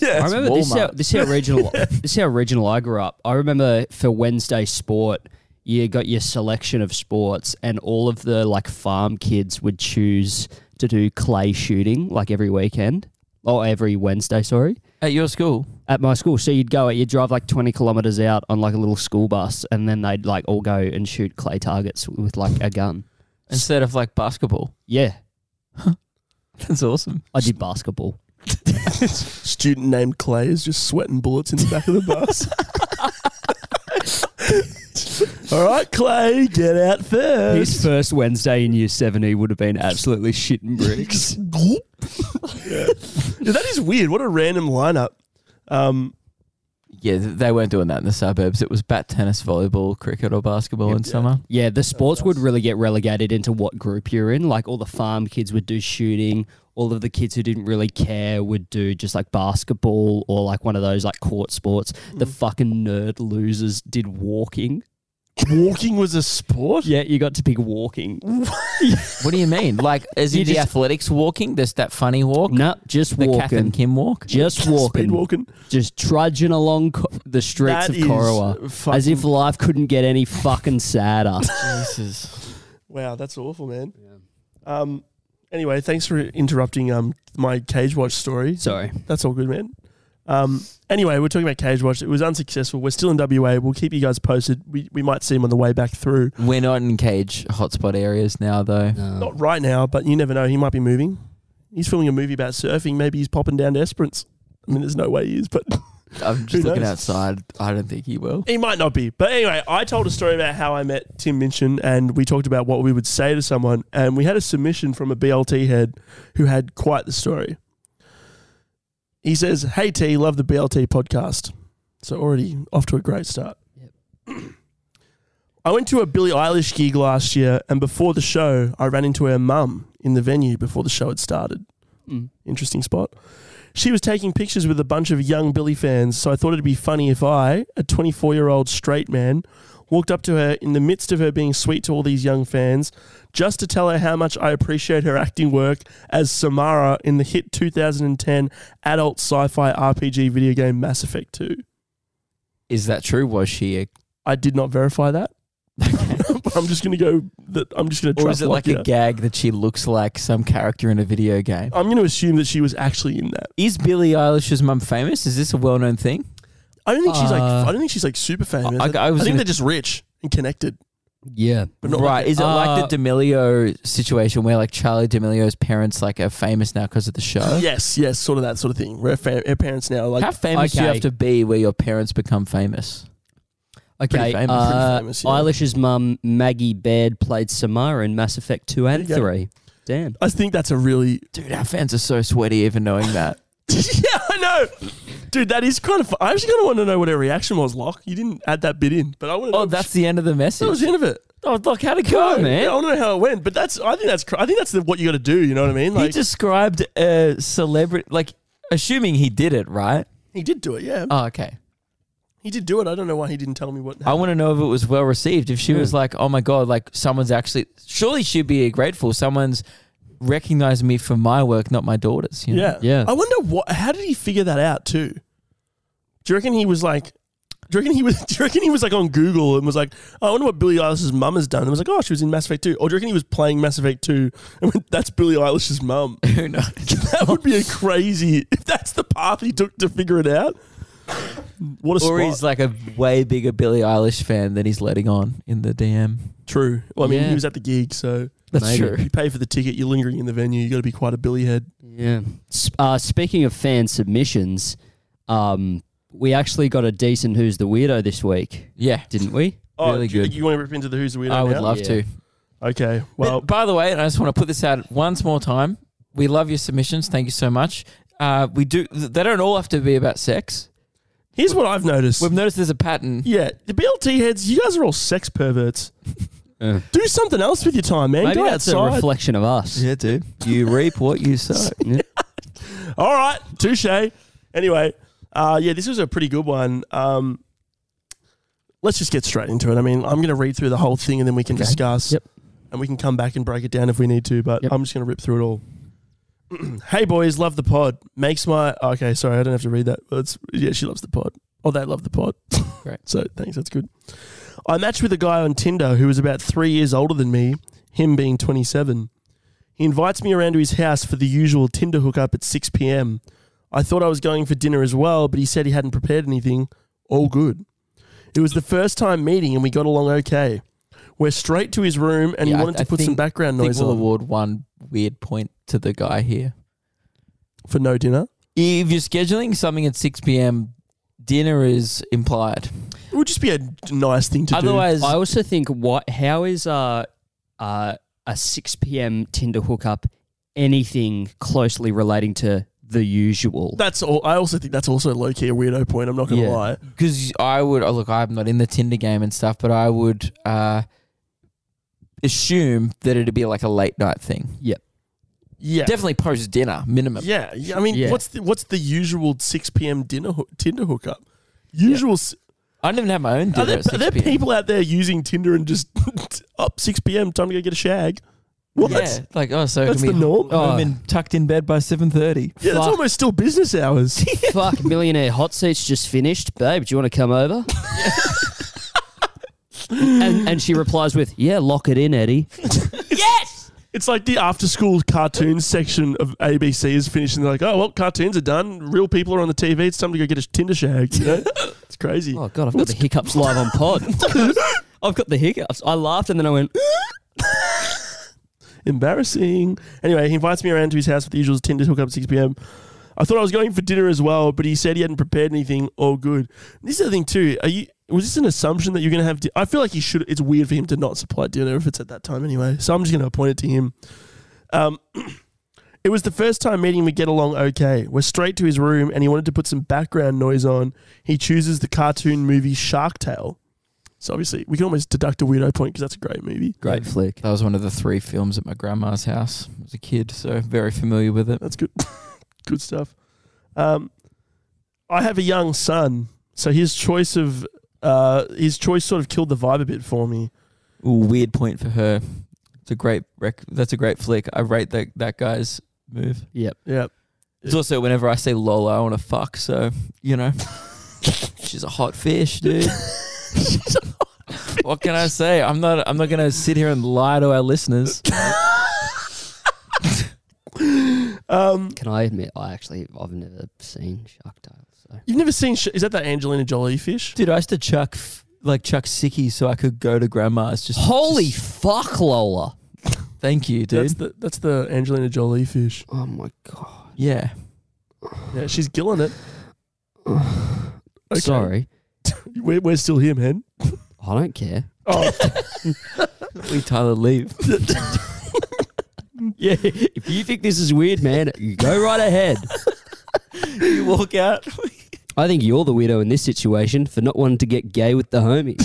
C: yeah.
B: I remember this is, how,
D: Walmart.
B: this is how
D: *laughs*
B: regional this is how regional I grew up. I remember for Wednesday sport, you got your selection of sports, and all of the like farm kids would choose to do clay shooting like every weekend or every Wednesday. Sorry,
D: At your school,
B: at my school. So you'd go, you'd drive like 20 kilometers out on like a little school bus, and then they'd like all go and shoot clay targets with like a gun.
D: instead of like basketball,
B: Yeah,
D: that's awesome.
B: I did basketball.
C: Student named Clay is just sweating bullets in the back of the bus. *laughs* All right, Clay, get out
B: His
C: first.
B: first Wednesday in year seven, he would have been absolutely shitting bricks.
C: Yeah. Yeah, that is weird. What a random lineup. Um,
D: Yeah, th- they weren't doing that in the suburbs. It was bat tennis, volleyball, cricket, or basketball in
C: Yeah.
D: summer.
B: *laughs* yeah, the sports would really get relegated into what group you're in. Like all the farm kids would do shooting. All of the kids who didn't really care would do just like basketball or like one of those like court sports. The fucking nerd losers did walking.
C: walking was a sport.
B: Yeah, you got to pick walking.
D: What do you mean? Like, is
B: You
D: it the
B: just-
D: athletics walking? There's that funny walk,
B: No, just
D: the Kath
B: walking.
D: and Kim walk.
B: Just
C: Speed
B: walking.
C: walking.
B: Just trudging along co- the streets
C: That
B: of
C: is
B: Corowa.
C: fucking-
B: As if life couldn't get any fucking
C: *laughs*
B: sadder.
D: Jesus.
C: Wow, that's awful, man. Um, anyway, thanks for interrupting um, my Cage Watch story.
B: Sorry.
C: That's all good, man. Um, anyway, we're talking about Cage Watch. It was unsuccessful. We're still in WA. We'll keep you guys posted. We, we might see him on the way back through.
D: We're not in cage hotspot areas now, though.
B: Um,
C: Not right now, but you never know. He might be moving. He's filming a movie about surfing. Maybe he's popping down to Esperance. I mean, there's no way he is, but
D: I'm
C: Who
D: just looking
C: knows?
D: outside. I don't think he will.
C: he might not be. But anyway, I told a story about how I met Tim Minchin, and we talked about what we would say to someone. And we had a submission from a BLT head who had quite the story. He says, Hey T, love the BLT podcast. So already off to a great start.
B: Yep.
C: I went to a Billie Eilish gig last year, and before the show, I ran into her mum in the venue before the show had started.
B: Mm.
C: Interesting spot. She was taking pictures with a bunch of young Billy fans, so I thought it'd be funny if I, a 24 year old straight man, walked up to her in the midst of her being sweet to all these young fans just to tell her how much I appreciate her acting work as Samara in the hit 2010 adult sci fi RPG video game Mass Effect 2.
D: Is that true? Was she? A, *laughs*
C: I did not verify that. *laughs* But I'm just going to go, that I'm just going to
D: or
C: trust
D: is it like
C: Lockyer.
D: a gag that she looks like some character in a video game?
C: I'm going to assume that she was actually in that.
D: Is Billie Eilish's mum famous? Is this a well-known thing?
C: I don't think she's like,
B: Uh,
C: I don't think she's like super famous.
D: I-
C: I,
D: I was
C: think
D: gonna-
C: they're just rich and connected.
B: Yeah.
C: But not like
D: right. is it like the
B: Uh,
D: D'Amelio situation where like Charlie D'Amelio's parents like are famous now because of the *laughs* show?
C: Yes, yes, sort of that sort of thing. Where fa- her parents now are like
D: How famous do you
B: okay.
D: have to be where your parents become famous?
B: Okay.
D: Pretty famous.
B: uh,
C: Pretty famous, yeah.
B: Eilish's mum, Maggie Baird, played Samara in Mass Effect 2 and
C: There you go.
B: 3. Damn.
C: I think that's a really *laughs*
D: Dude, our fans are so sweaty even knowing that.
C: yeah I know, dude. That is kind of. Fun. I actually kind of want to know what her reaction was, Locke. You didn't add that bit in, but I want to.
D: oh,
C: know
D: that's the end of the
C: that was
D: message.
C: the end of it.
D: Oh, look, how'd it go,
C: Yeah, I
D: man?
C: don't know how it went, but that's. I think that's. cr- I think that's the, what you got to do. You know what I mean? Like
D: he described a celebrity, like assuming he did it, right?
C: he did do it. Yeah,
D: Oh, okay.
C: he did do it. I don't know why he didn't tell me what.
D: I want to know if it was well received. If she was like, "Oh my god, like someone's actually," surely she'd be grateful. Someone's recognized me for my work, not my daughter's. You know?
C: yeah,
B: Yeah.
C: I wonder what. How did he figure that out too? Do you reckon he was like? Do you reckon he was? *laughs* Do you reckon he was like on Google and was like, "Oh, "I wonder what Billie Eilish's mum has done"? And was like, "Oh, she was in Mass Effect 2. Or do you reckon he was playing Mass Effect 2 *laughs* and went, "That's Billie Eilish's mum"? *laughs*
D: *laughs* Who knows?
C: That would be a crazy if that's the path he took to figure it out. What a
D: Or
C: spot.
D: he's like a way bigger Billie Eilish fan than he's letting on in the DM.
C: True. Well, I mean,
B: Yeah.
C: he was at the gig, so
D: That's
B: Maybe.
D: true.
C: you pay for the ticket. You're lingering in the venue. You got to be quite a Billy head.
B: Yeah. S- Uh, speaking of fan submissions, um, we actually got a decent Who's the Weirdo this week,
D: Yeah,
B: didn't we?
C: Oh,
D: Really
C: do you-
D: good.
C: You, want to rip into the Who's the Weirdo?
D: I would
C: now?
D: love
B: Yeah.
D: to.
C: Okay.
D: Well,
C: Well,
D: by the way, and I just want to put this out once more time. We love your submissions. Thank you so much. Uh, we do. th- They don't all have to be about sex.
C: here's what I've noticed.
D: We've noticed there's a pattern.
C: Yeah, the BLT heads. You guys are all sex perverts.
B: Uh,
C: Do something else with your time, man.
B: maybe
C: Go
B: that's a
C: outside.
B: reflection of us.
D: dude. You reap what you *laughs* sow.
C: All right, touche. Anyway, uh, yeah, this was a pretty good one. Um, let's just get straight into it. I mean, I'm going to read through the whole thing and then we can discuss.
B: Yep.
C: And we can come back and break it down if we need to, but
B: Yep.
C: I'm just going to rip through it all. *clears throat* hey, boys, love the pod. Makes my. Okay, sorry, I don't have to read that. It's, yeah, she loves the pod. Oh, they love the pod. *laughs*
D: Great.
C: So thanks, that's good. I matched with a guy on Tinder who was about three years older than me, him being 27. He invites me around to his house for the usual Tinder hookup at 6 p.m. I thought I was going for dinner as well, but he said he hadn't prepared anything. All good. It was the first time meeting and we got along okay. We're straight to his room and
D: Yeah, I-
C: he wanted
D: I
C: to put some
D: think-
C: background
D: I think
C: noise
D: we'll
C: on
D: award one weird point to the guy here.
C: for no dinner.
D: If you're scheduling something at 6 p.m., dinner is implied.
C: It would just be a nice thing to
D: Otherwise,
B: I also think what how is uh, uh, a six p.m. Tinder hookup anything closely relating to the usual?
C: do. That's all. I also think that's also low key a weirdo point. I'm not going to
B: Yeah.
C: lie.
D: because I would oh, look. I'm not in the Tinder game and stuff, but I would uh, assume that it'd be like a late night thing.
C: Yeah.
D: Definitely post dinner minimum.
C: Yeah, yeah. I mean,
B: Yeah.
C: what's the, what's the usual six p.m. dinner hoo- Tinder hookup? Usual. s
D: I don't even have my own dinner
C: Are there,
D: at
C: are
D: 6
C: there
D: p.m.
C: people out there using Tinder and just *laughs* up six p.m. time to go get a shag? What?
D: yeah, like oh, so
C: That's
D: can
C: the
D: we
C: norm.
D: home
B: Oh.
D: and tucked in bed by 7:30.
C: Yeah, that's
B: Fuck.
C: almost still business hours.
B: *laughs*
C: *laughs*
B: Fuck, millionaire hot seats just finished, babe. Do you want to come over? *laughs* and and she replies with, "Yeah, lock it in, Eddie."
C: it's like the after-school cartoons section of ABC is finishing. They're like, oh well, cartoons are done. Real people are on the TV. It's time to go get a Tinder shag. You
D: *laughs*
C: know, it's crazy.
B: Oh god, I've got the hiccups live on *laughs* pod. I've got the hiccups. I laughed and then I *gasps* went,
C: Embarrassing. Anyway, he invites me around to his house with the usual Tinder hookup at 6 p.m. I thought I was going for dinner as well, but he said he hadn't prepared anything. All good. This is the thing too. Are you? Was this an assumption that you're going to have? Di- I feel like he should. It's weird for him to not supply dinner if it's at that time anyway. So I'm just going to appoint it to him. Um, *clears throat* it was the first time meeting we get along okay. We're straight to his room, and he wanted to put some background noise on. He chooses the cartoon movie Shark Tale. So obviously, we can almost deduct a weirdo point because that's a great movie.
B: "Great flick."
D: That was one of the three films at my grandma's house as a kid, so very familiar with it.
C: That's good. *laughs* good stuff. Um, I have a young son, so his choice of uh, his choice sort of killed the vibe a bit for me.
D: Ooh, weird point for her. It's a great rec- that's a great flick. I rate that that guy's move.
C: Yeah, *laughs*
D: It's also whenever I say Lola, I want to fuck. So you *laughs* know, she's a hot fish, *laughs* dude. what can I say? I'm not. I'm not gonna sit here and lie to our listeners.
C: um,
B: Can I admit I actually I've never seen Shark Tale. So
C: you've never seen sh- is that that Angelina Jolie fish?
D: Dude, I used to chuck f- like chuck sickies so I could go to grandma's. Just
B: holy
D: just-
B: fuck, Lola!
D: thank you, dude.
C: That's the that's the Angelina Jolie fish.
B: Oh my god.
D: yeah,
C: Yeah, she's gilling it. Okay.
B: Sorry,
C: we're, we're still here, man.
B: I don't care.
C: *laughs* Oh,
D: we Tyler leave. *laughs*
B: Yeah, if you think this is weird, man, go right ahead.
D: you walk out.
B: I think you're the weirdo in this situation for not wanting to get gay with the homies.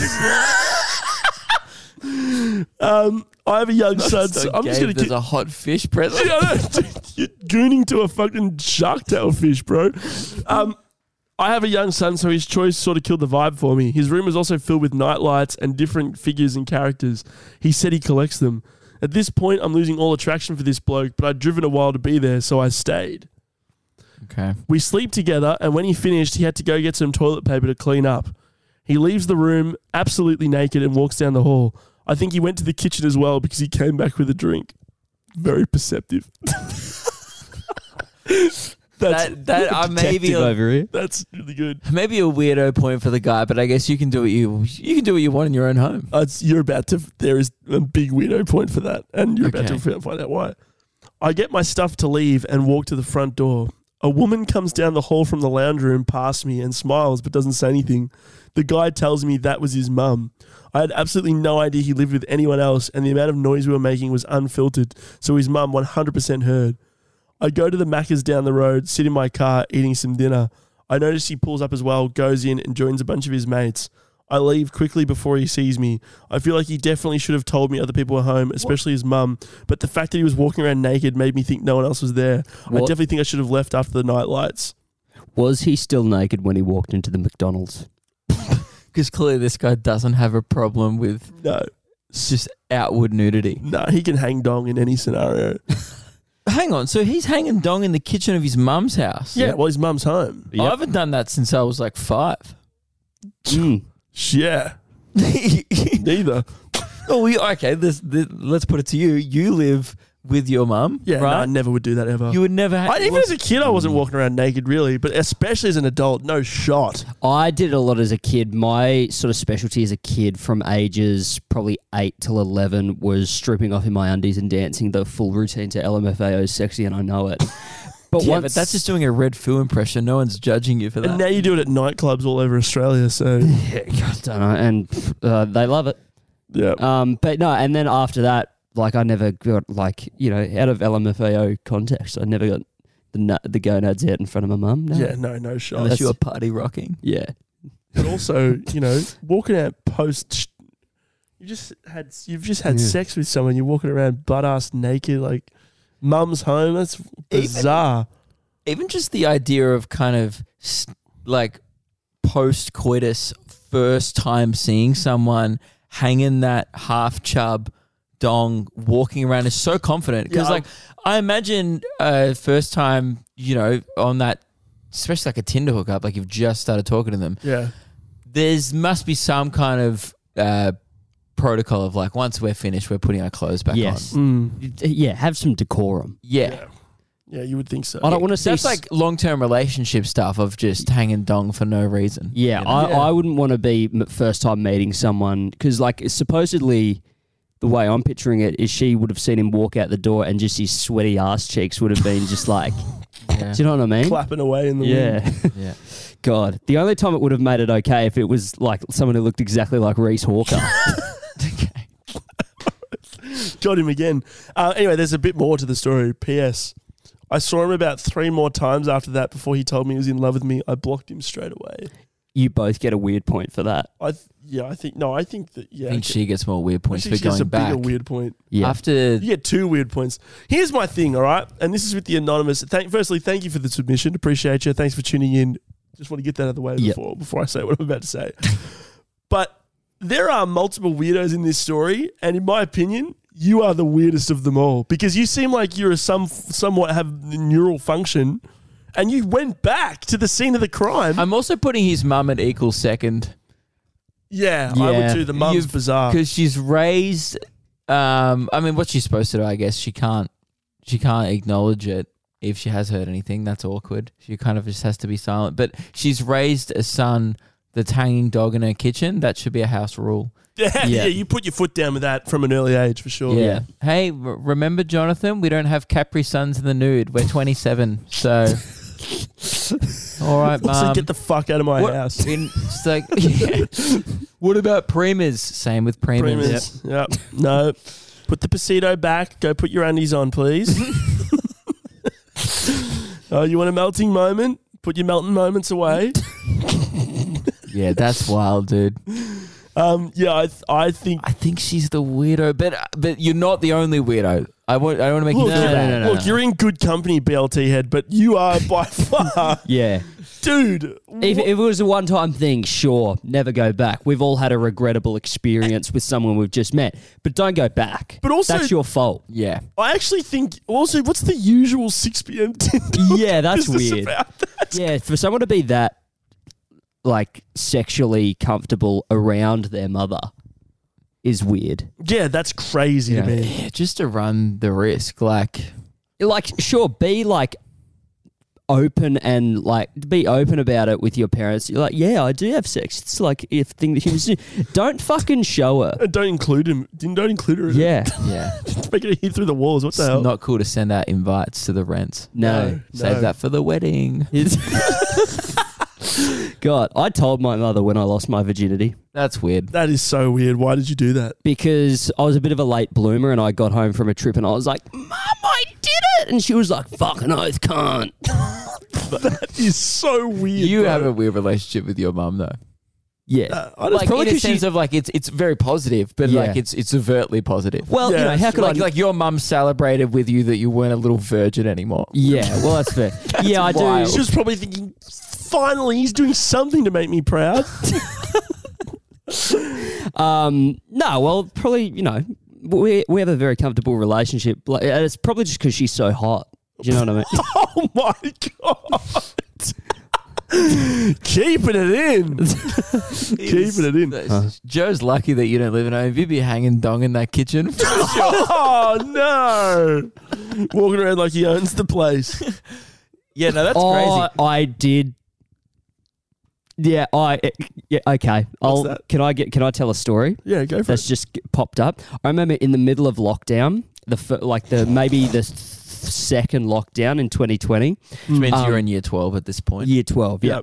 C: um, I have a young son. So I'm just gonna
D: There's
C: get.
D: a hot fish *laughs* present.
C: Yeah, I know. Dude, You're gooning to a fucking shark tail fish, bro. Um, I have a young son, so his choice sort of killed the vibe for me. His room is also filled with nightlights and different figures and characters. He said he collects them. At this point, I'm losing all attraction for this bloke, but I'd driven a while to be there, so I stayed.
D: Okay.
C: We sleep together, and when he finished, he had to go get some toilet paper to clean up. He leaves the room absolutely naked and walks down the hall. I think he went to the kitchen as well because he came back with a drink. Very perceptive. *laughs* that's
D: That *laughs* that I maybe
B: Detective over here.
C: that's really good.
D: maybe a weirdo point for the guy, but I guess you can do what you you can do what you want in your own home.
C: Uh, *laughs* it's- you're about to. There is a big weirdo point for that, and you're about to
D: Okay.
C: fi- find out why. I get my stuff to leave and walk to the front door. A woman comes down the hall from the lounge room past me and smiles but doesn't say anything. The guy tells me that was his mum. I had absolutely no idea he lived with anyone else, and the amount of noise we were making was unfiltered, so his mum 100% heard. I go to the Macca's down the road, sit in my car, eating some dinner. I notice he pulls up as well, goes in, and joins a bunch of his mates. I leave quickly before he sees me. I feel like he definitely should have told me other people were home, especially his mum. But the fact that he was walking around naked made me think no one else was there. I
B: What-
C: definitely think I should have left after the night lights.
B: Was he still naked when he walked into the McDonald's?
D: Because clearly this guy doesn't have a problem with
C: No,
D: just outward nudity.
C: no, he can hang dong in any scenario.
D: Hang on, so he's hanging dong in the kitchen of his mum's house.
C: Yeah, well, his mum's home.
D: I
B: Yep.
D: haven't done that since I was like *laughs* five.
B: Mm.
C: Yeah, neither.
D: oh, we, okay. This, this, let's put it to you. You live with your mum,
C: Yeah, no, I
D: right?
C: never would do that ever.
D: you would never. Ha-
C: I, even
D: well,
C: as a kid, I wasn't walking around naked, really, but especially as an adult, no shot.
B: I did it a lot as a kid. My sort of specialty as a kid from ages probably 8 till 11 was stripping off in my undies and dancing the full routine to LMFAO's Sexy and I Know It. But
D: yeah,
B: once
D: but that's just doing a red foo impression. No one's judging you for
C: And
D: that.
C: now you do it at nightclubs all over Australia, so
B: Yeah, *laughs* God, I don't know, and uh, they love it.
C: yeah.
B: Um, but no, and then after that, like I never got like you know out of LMFAO context, I never got the na- the gonads out in front of my mum. No.
C: Yeah, no, no shot.
D: Unless
B: that's-
D: you were party rocking.
B: yeah.
C: but also, you know, walking out post, you just had you've just had
B: Yeah.
C: sex with someone. You're walking around butt ass naked, like mum's home. That's bizarre.
D: Even just the idea of kind of s- like post coitus first time seeing someone hanging that half chub dong walking around is so confident because
C: Yeah,
D: like I imagine uh, first time you know on that especially like a Tinder hookup like you've just started talking to them
C: Yeah,
D: there's must be some kind of uh, protocol of like once we're finished, we're putting our clothes back
B: Yes.
D: on.
C: mm.
B: Yeah. Have some decorum.
D: Yeah.
C: yeah, yeah. You would think so.
B: I don't want to see.
D: That's
B: s-
D: like long term relationship stuff of just hanging dong for no reason.
B: Yeah,
D: you know?
B: I,
C: Yeah.
B: I wouldn't want to be m- first time meeting someone because, like, supposedly the way I'm picturing it is she would have seen him walk out the door and just his sweaty ass cheeks would have been just
C: *laughs*
B: like,
D: *laughs* Yeah.
B: do you know what I mean?
C: clapping away in the wind.
B: Yeah,
D: Yeah.
B: *laughs* God. The only time it would have made it okay if it was like someone who looked exactly like Reese
C: *laughs*
B: Hawker.
D: okay.
C: Got him again. Uh, anyway, there's a bit more to the story. P.S. I saw him about three more times after that before he told me he was in love with me. I blocked him straight away.
B: you both get a weird point for that.
C: I th- yeah, I think no, I think that yeah.
D: I think she gets more weird
C: I
D: points
C: think
D: for
C: she gets a
D: going back.
C: bigger weird point.
B: Yeah,
D: After
C: You get two weird points. Here's my thing, all right? And this is with the anonymous. Thank, firstly, thank you for the submission. Appreciate you. Thanks for tuning in. Just want to get that out of the way
B: Yep.
C: before before I say what I'm about to say. *laughs* but there are multiple weirdos in this story, and in my opinion, you are the weirdest of them all because you seem like you're a some somewhat have neural function, and you went back to the scene of the crime.
B: Um,
D: I'm also putting his mum at equal second
C: yeah, I would
B: Yeah.
C: too. The mum's
D: You've-
C: bizarre.
D: because she's raised. Um, I mean, what's she supposed to do? I guess she can't. She can't acknowledge it if she has heard anything. That's awkward. She kind of just has to be silent. But she's raised a son that's hanging dog in her kitchen. That should be a house rule.
C: *laughs* Yeah,
B: Yeah.
C: yeah, you put your foot down with that from an early age for sure.
B: Yeah.
D: Hey, r- remember Jonathan? We don't have Capri Suns in the nude. We're 27,
C: *laughs*
D: so. All right,
C: Also,
B: Um,
D: mom.
C: get the fuck out of my
D: what,
C: house.
D: in- it's like, *laughs* yeah. what about Primas? Same with Primas.
C: Primus. Yep. No. Put the pasito back. Go put your undies on, please.
B: *laughs*
C: oh, you want a melting moment? Put your melting moments away.
D: Yeah, that's wild, dude.
C: Um, yeah, I, th- I think.
D: I think she's the weirdo, but uh, but you're not the only weirdo. I want I want to make
C: Look,
D: you feel
C: you're,
D: bad.
B: no, no, no,
C: look
B: no.
C: you're in good company, BLT head, but you are
B: *laughs*
C: by far,
B: yeah.
C: dude.
B: If, if it was a one time thing, sure, never go back. We've all had a regrettable experience with someone we've just met, but don't go back.
C: But also-
B: that's your
C: *laughs*
B: fault.
D: Yeah,
C: I actually think. Also, what's the usual 6 p.m. Tinder *laughs*
B: Yeah, that's
C: business
B: weird.
C: about?
B: Yeah, for someone to be that like sexually comfortable around their mother is weird.
C: Yeah, that's crazy
B: Yeah.
C: to me.
D: Yeah, just to run the risk, like
B: like sure be like open and like be open about it with your parents you're like yeah i do have sex it's like if thing *laughs* that humans do don't fucking show her
C: And don't include him. Didn't don't include her.
B: yeah
D: yeah,
C: make it hit through the walls. What
D: it's
C: the hell?
D: not cool to send out invites to the rent.
B: no
D: Save
C: No.
D: that for the wedding.
B: It's- god i told my mother when i lost my virginity
D: That's weird.
C: That is so weird. Why did you do that?
B: because i was a bit of a late bloomer and i got home from a trip and i was like mum i did it and she was like fucking oath can't
C: That is so weird.
D: You
C: bro.
D: have a weird relationship with your mum, though.
B: yeah
C: Uh, I don't
D: Like
B: probably
D: in a
B: 'cause
D: sense of like it's it's very positive, but
B: Yeah.
D: like it's it's overtly positive.
B: well you
C: Yeah,
B: know how could
D: like,
B: i
D: like your mum celebrated with you that you weren't a little virgin anymore.
B: yeah well that's fair yeah i
D: wild.
B: do
C: She was probably thinking, finally, he's doing something to make me proud. *laughs*
B: Um, no, well, probably you know we we have a very comfortable relationship. Like, and it's probably just because she's so hot. Do you know what I mean?
C: oh my god! *laughs* Keeping
B: *laughs*
C: it in. Keeping it in.
D: Joe's lucky that you don't live in home. You'd be hanging dong in that kitchen. *laughs*
C: Oh no! Walking around like he owns the place.
D: yeah, no, that's
B: oh,
D: mm.
B: I did. Yeah, I eh, yeah okay. I'll
C: that?
B: can I get can I tell a story
C: Yeah, go for
B: that's just g- popped up? I remember in the middle of lockdown, the fir- like the maybe the th- second lockdown in 2020,
D: Which means
B: Um,
D: you're in year 12 at this point.
B: year 12.
C: it.
B: Yeah,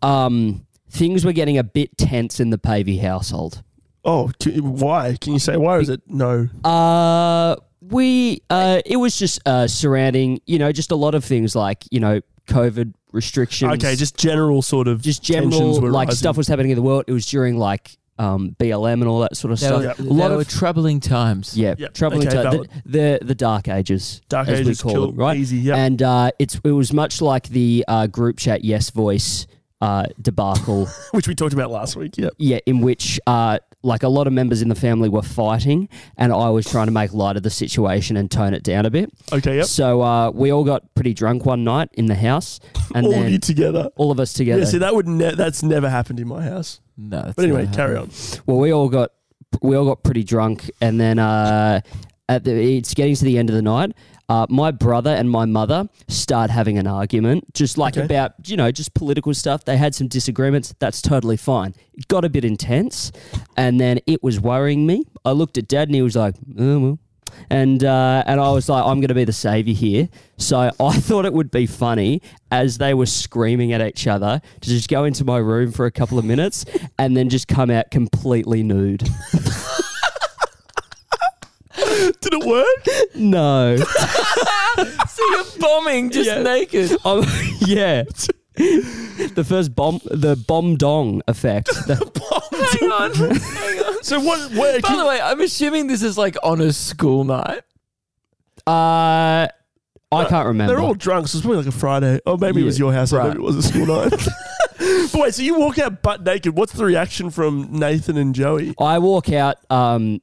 B: um, things were getting a bit tense in the Pavey household.
C: Oh, c- why? Can you say why? Or is it no?
B: Uh, we uh, it was just uh, surrounding, you know, just a lot of things like you know, COVID restrictions.
C: Okay, just general sort of
B: just
C: tensions
B: general
C: were
B: like
C: rising.
B: stuff was happening in the world. It was during like um, BLM and all that sort of
D: There
B: stuff.
D: were,
C: Yeah.
B: A lot
D: there
B: of
D: were troubling times.
B: yeah,
C: Yep,
B: troubling
C: okay,
B: time.
C: valid.
B: The, the the dark ages,
C: Dark
B: as
C: Ages
B: we call
C: kill
B: them, right?
C: easy. Yeah,
B: And uh, it's it was much like the uh, group chat yes voice uh, debacle. *laughs*
C: which we talked about last week. Yeah.
B: yeah, in which uh, like a lot of members in the family were fighting, and I was trying to make light of the situation and tone it down a bit.
C: Okay. Yep.
B: So uh, we all got pretty drunk one night in the house, and
C: All of
B: then
C: you together.
B: all of us together.
C: Yeah. See, that would ne- that's never happened in my house.
D: No, that's
C: But anyway,
D: not
C: carry
D: happening.
C: on.
B: well, we all got we all got pretty drunk, and then uh, at the it's getting to the end of the night. Uh, my brother and my mother start having an argument, just like
C: Okay.
B: about you know just political stuff. They had some disagreements. That's totally fine. It got a bit intense, and then it was worrying me. I looked at Dad, and he was like, "Oh well." and uh, and I was like, I'm going to be the savior here. So *laughs* I thought it would be funny as they were screaming at each other to just go into my room for a couple of minutes and then just come out completely
C: *laughs*
B: nude.
C: Did it work?
B: *laughs* No,
D: So you're bombing just
B: Yeah.
D: naked.
B: Um, yeah. The first bomb, the bomb dong
C: *laughs*
B: effect. The-
D: Hang on. Hang on.
C: so what? Where?
D: By
C: Can,
D: the way, I'm assuming this is like on a school night.
B: uh, I can't remember.
C: they're all drunk, so it's probably like a Friday. Or maybe it was
B: Yeah,
C: your house, or
D: right.
C: maybe it was a school night. *laughs* but wait, so you walk out butt naked. What's the reaction from Nathan and Joey?
B: I walk out um,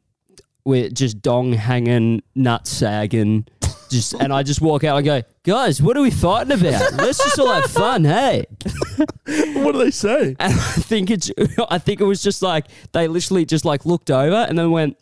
B: with just dong hanging, nut sagging, just, and I just walk out. I go, guys, what are we fighting about? Let's just all have fun, hey.
C: What do they say?
B: And I think it's, *laughs* I think it was just like they literally just like looked over and then went,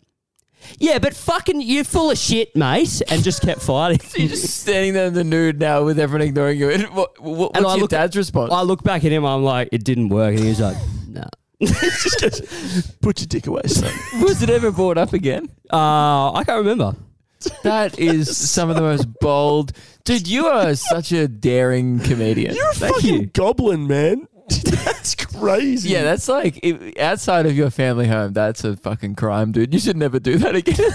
B: yeah, but fucking, you're full of shit, mate, and just kept
D: You're
B: fighting.
D: just standing there in the nude now with everyone ignoring you. And what, what, what's
B: And I
D: your
B: look-
D: dad's response?
B: I look back at him, I'm like, it didn't work, and he was like, no.
C: Just goes, Put your dick away, *laughs* son.
D: *laughs* Was it ever brought up again?
B: Uh, I can't remember.
D: That is some of the most bold. Dude, you are such a daring comedian.
C: You're a fucking goblin, man. *laughs* that's crazy.
D: yeah, that's like if, outside of your family home. That's a fucking crime, dude. You should never do that again.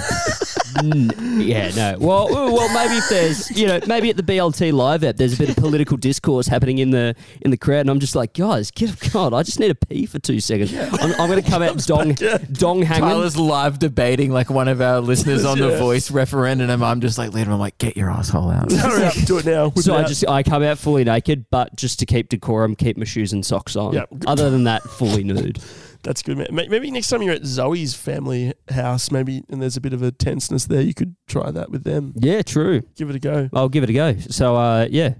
B: N- yeah, no. Well, ooh, well, maybe if there's, you know, maybe at the BLT live app, there's a bit of political discourse happening in the in the crowd, and I'm just like, guys, get God, I just need a pee for two seconds. I'm, *laughs* I'm going to come out dong dong hanging.
D: Tyler's live debating like one of our listeners on the
C: Yeah.
D: voice referendum. I'm just like later. I'm like, get your asshole
C: *laughs*
D: out.
C: Hurry up, do it now. Whip
B: So
C: it
B: I
C: out.
B: just I come out fully naked, but just to keep decorum, keep my shoes and socks on.
C: Yeah.
B: Other than that, fully nude.
C: That's good, man. May- Maybe next time you're at Zoe's family house, maybe and there's a bit of a tenseness there, you could try that with them.
B: Yeah, true.
C: Give it a go.
B: I'll give it a go. So, uh, yeah,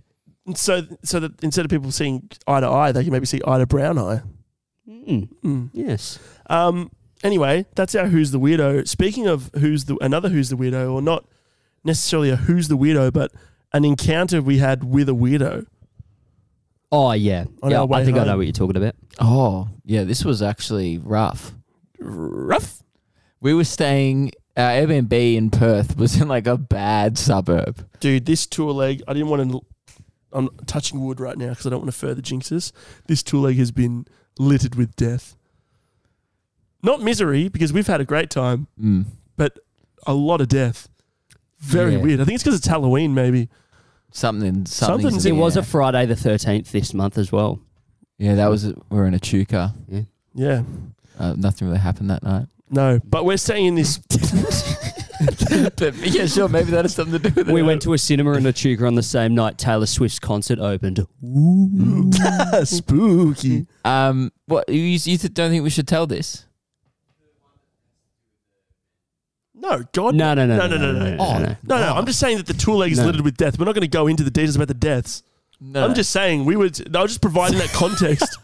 C: And so, so that instead of people seeing eye to eye, they can maybe see eye to brown eye.
B: Mm,
C: Hmm.
B: Yes.
C: Um, anyway, that's our who's the weirdo. Speaking of who's the another who's the weirdo, or not necessarily a who's the weirdo, but an encounter we had with a weirdo.
B: Oh yeah.
C: On
B: yeah
C: our way
B: I think I know
C: home.
B: what you're talking about.
D: Oh, yeah. This was actually rough.
C: Rough.
D: We were staying. Our Airbnb in Perth was in like a bad suburb.
C: Dude, this tour leg, I didn't want to. I'm touching wood right now because I don't want to further jinx this. This tour leg has been littered with death. Not misery, because we've had a great time,
D: Mm.
C: but a lot of death. Very
D: Yeah.
C: weird. I think it's because it's Halloween, maybe.
D: Something,
C: Something's
D: something.
B: It was
D: yeah.
B: a Friday the 13th this month as well.
D: yeah, that was. We're in a chuka.
C: Yeah.
D: Uh, nothing really happened
C: *laughs*
D: that night. *laughs*
C: No. But we're staying in this.
D: but yeah, sure. Maybe that has something to do with
B: We went to a cinema and a chuka on the same night Taylor Swift's concert opened.
C: Spooky.
D: Um, what you, you th- don't think we should tell this?
C: No, God.
B: No, no, no,
C: Oh, No, no, no, no, no.
B: no,
D: Oh,
B: no.
C: No, no. I'm just saying that the tool leg is
B: No.
C: littered with death. We're not going to go into the details about the deaths.
D: No,
C: I'm just saying we would. I was just providing that context.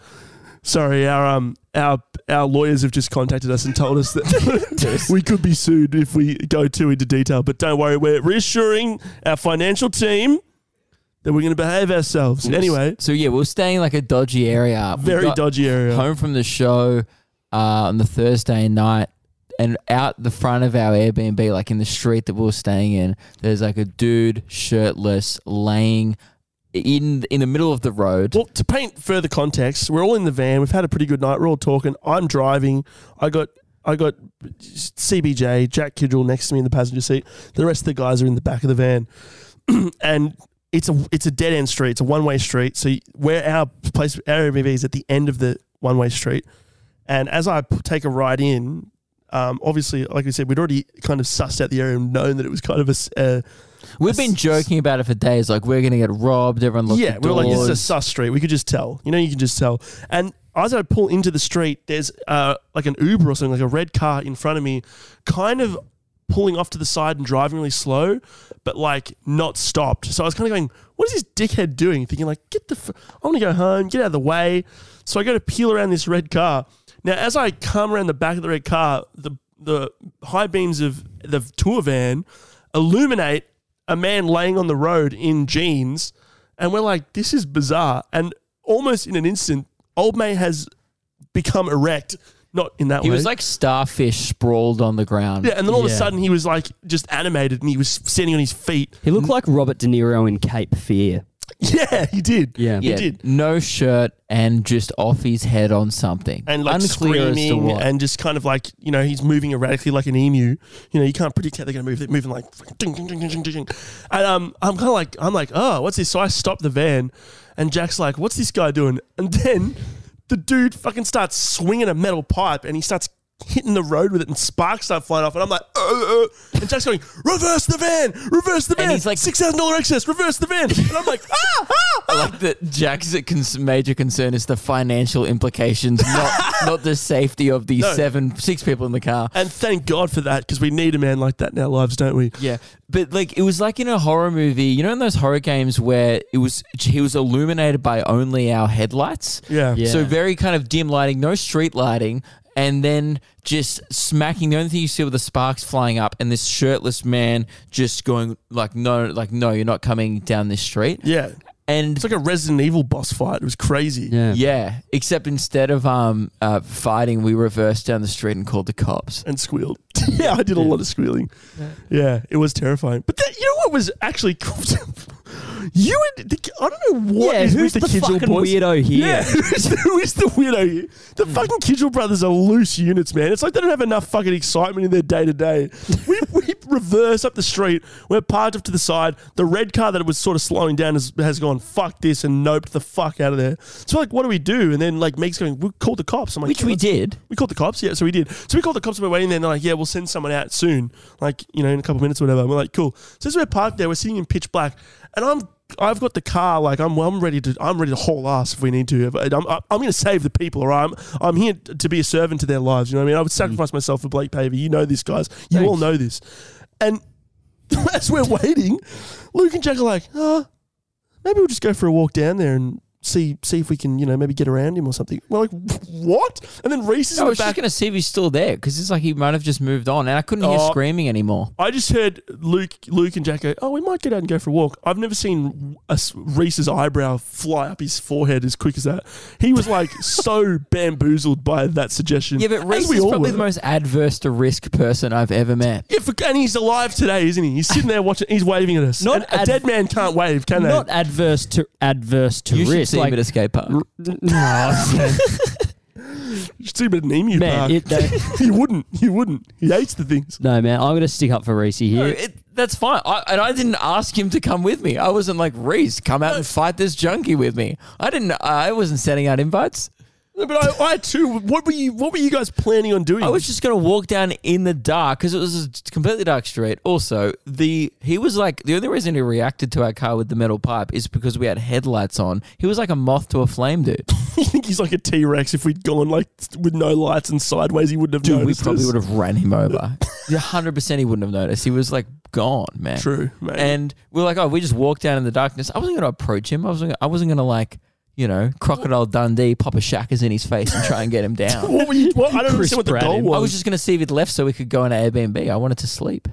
C: Sorry, our um our our lawyers have just contacted us and told us that we could be sued if we go too into detail. But don't worry, we're reassuring our financial team that we're going to behave ourselves. Anyway,
D: So yeah, we were staying in like a dodgy area. We
C: very
D: got
C: dodgy area.
D: Home from the show uh, on the Thursday night, and out the front of our Airbnb, like in the street that we were staying in, there's like a dude shirtless laying in in the middle of the road.
C: Well, to paint further context, we're all in the van. We've had a pretty good night. We're all talking. I'm driving. I got I got CBJ Jack Kidgel next to me in the passenger seat. The rest of the guys are in the back of the van, *clears throat* and it's a it's a dead end street. It's a one way street. So where our place our Airbnb is at the end of the one way street, and as I p- take a ride in. Um, obviously, like we said, we'd already kind of sussed out the area and known that it was kind of a s- uh,
D: We've been joking about it for days. Like we're gonna get robbed. Everyone looked.
C: yeah,
D: at
C: we were like, this is a
D: doors.
C: sus street. We could just tell. You know, you can just tell. And as I pull into the street, there's uh, like an Uber or something, like a red car in front of me, kind of pulling off to the side and driving really slow, but like not stopped. So I was kind of going, what is this dickhead doing? Thinking like, get the, f- I want to go home, get out of the way. So I go to peel around this red car. Now, as I come around the back of the red car, the the high beams of the tour van illuminate a man laying on the road in jeans, and we're like, this is bizarre. And almost in an instant, old mate has become erect. Not in that
D: He
C: way.
D: was like starfish sprawled on the ground.
C: Yeah, and then all of a
B: Yeah.
C: sudden he was like just animated and he was standing on his feet.
B: He looked like Robert De Niro in Cape Fear.
C: *laughs* Yeah, he did.
B: Yeah.
C: He
D: Yeah,
C: did.
D: no shirt and just off his head on something.
C: And like
D: Unclear as to
C: screaming
D: what.
C: and just kind of like, you know, he's moving erratically like an emu. You know, you can't predict how they're gonna move. They're moving like fucking ding ding ding ding ding ding. And um I'm kinda like I'm like, oh, what's this? So I stop the van and Jack's like, What's this guy doing? And then the dude fucking starts swinging a metal pipe and he starts hitting the road with it and sparks start flying off and I'm like uh, uh, and Jack's going reverse the van reverse the van
D: he's like-
C: six thousand dollar excess reverse the van and I'm like ah, ah, ah.
D: like the Jack's cons- major concern is the financial *laughs* implications, not not the safety of the
C: No.
D: seven six people in the car.
C: And thank God for that because we need a man like that in our lives, don't we?
D: Yeah, but like it was like in a horror movie, you know, in those horror games where it was he was illuminated by only our headlights.
C: Yeah.
B: Yeah.
D: So very kind of dim lighting, no street lighting, and then just smacking. The only thing you see were the sparks flying up, and this shirtless man just going like, "No, like no, you're not coming down this street."
C: Yeah.
D: And
C: It's like a Resident Evil boss fight. It was crazy.
B: Yeah.
D: Yeah, except instead of um uh, fighting, we reversed down the street and called the cops.
C: And squealed. *laughs* yeah, I did a lot of squealing. Yeah, it was terrifying. But that, you know what was actually cool? *laughs* you and the, ki- I don't know what
B: Yeah,
C: is
B: who's
C: with the,
B: the
C: Kidgel
B: fucking
C: boys.
B: weirdo here? *laughs*
C: Yeah, *laughs* who's the, who is the weirdo here? The fucking Kidgel brothers are loose units, man. It's like they don't have enough fucking excitement in their day to day. We *laughs* we reverse up the street. We're parked up to the side. The red car that was sort of slowing down has, has gone fuck this and noped the fuck out of there. So like, what do we do? And then like Meg's going, we called the cops. I'm like,
D: Which we
C: "Yeah,
D: did.
C: we called the cops, yeah. So we did. So we called the cops and we're waiting there. And they're like, yeah, we'll send someone out soon, like you know, in a couple of minutes or whatever. And we're like, cool. So as we're parked there, we're sitting in pitch black, and I'm, I've got the car, like I'm, I'm ready to, I'm ready to haul ass if we need to. If- I'm, I'm going to save the people, or I'm, I'm here to be a servant to their lives. You know what I mean? I would sacrifice myself for Blake Pavey. You know this, guys. You all
B: Thanks.
C: know this. And *laughs* as we're waiting, Luke and Jack are like, uh, maybe we'll just go for a walk down there and see see if we can you know maybe get around him or something. We're like, what? And then Reese is
D: I
C: in the
D: was
C: back.
D: just gonna see if he's still there because it's like he might have just moved on, and I couldn't hear
C: Oh.
D: screaming anymore.
C: I just heard Luke, Luke and Jack go, "Oh, we might get out and go for a walk." I've never seen a s Reese's eyebrow fly up his forehead as quick as that. He was
D: *laughs*
C: like so bamboozled by that suggestion.
D: Yeah, but
C: as
D: Reese
C: we
D: is
C: all
D: probably
C: were.
D: the most adverse to risk person I've ever met.
C: Yeah, for, and he's alive today, isn't he? He's sitting there watching. He's waving at us.
B: Not
C: And a
B: ad-
C: dead man can't wave, can
B: Not
C: they?
B: adverse to adverse to
D: You should
B: risk.
D: see
B: like,
D: him at a skate park.
B: *laughs* No,
C: You should see him at an emu
B: man,
C: park.
B: it,
C: *laughs*
B: that-
C: you wouldn't. You wouldn't. He hates the things.
B: no, man, I'm gonna stick up for Reese
D: No,
B: here.
D: it, that's fine. I, and I didn't ask him to come with me. I wasn't like Reese, come out and fight this junkie with me. I didn't. I wasn't sending out invites.
C: No, But I, I too. What were you? What were you guys planning on doing?
D: I was just gonna walk down in the dark because it was a completely dark street. Also, the he was like the only reason he reacted to our car with the metal pipe is because we had headlights on. He was like a moth to a
C: *laughs*
D: flame, dude.
C: *laughs* you think he's like a T Rex? If we'd gone like with no lights and sideways, he wouldn't have
D: Dude, we
C: noticed.
D: probably
C: us.
D: would have ran
C: *laughs*
D: him over. hundred percent, he wouldn't have noticed. He was like gone, man.
C: True, mate.
D: And we are like, oh, we just walked down in the darkness. I wasn't going to approach him. I wasn't. Gonna, I wasn't going to like, you know, crocodile Dundee pop a shackers in his face and try and get
C: *laughs*
D: him down.
C: what were you? What? I don't
B: Chris
C: understand what the
B: Pratt
C: goal
B: him.
C: was.
D: I was just going to see if he'd left so we could go on Airbnb. I wanted to sleep.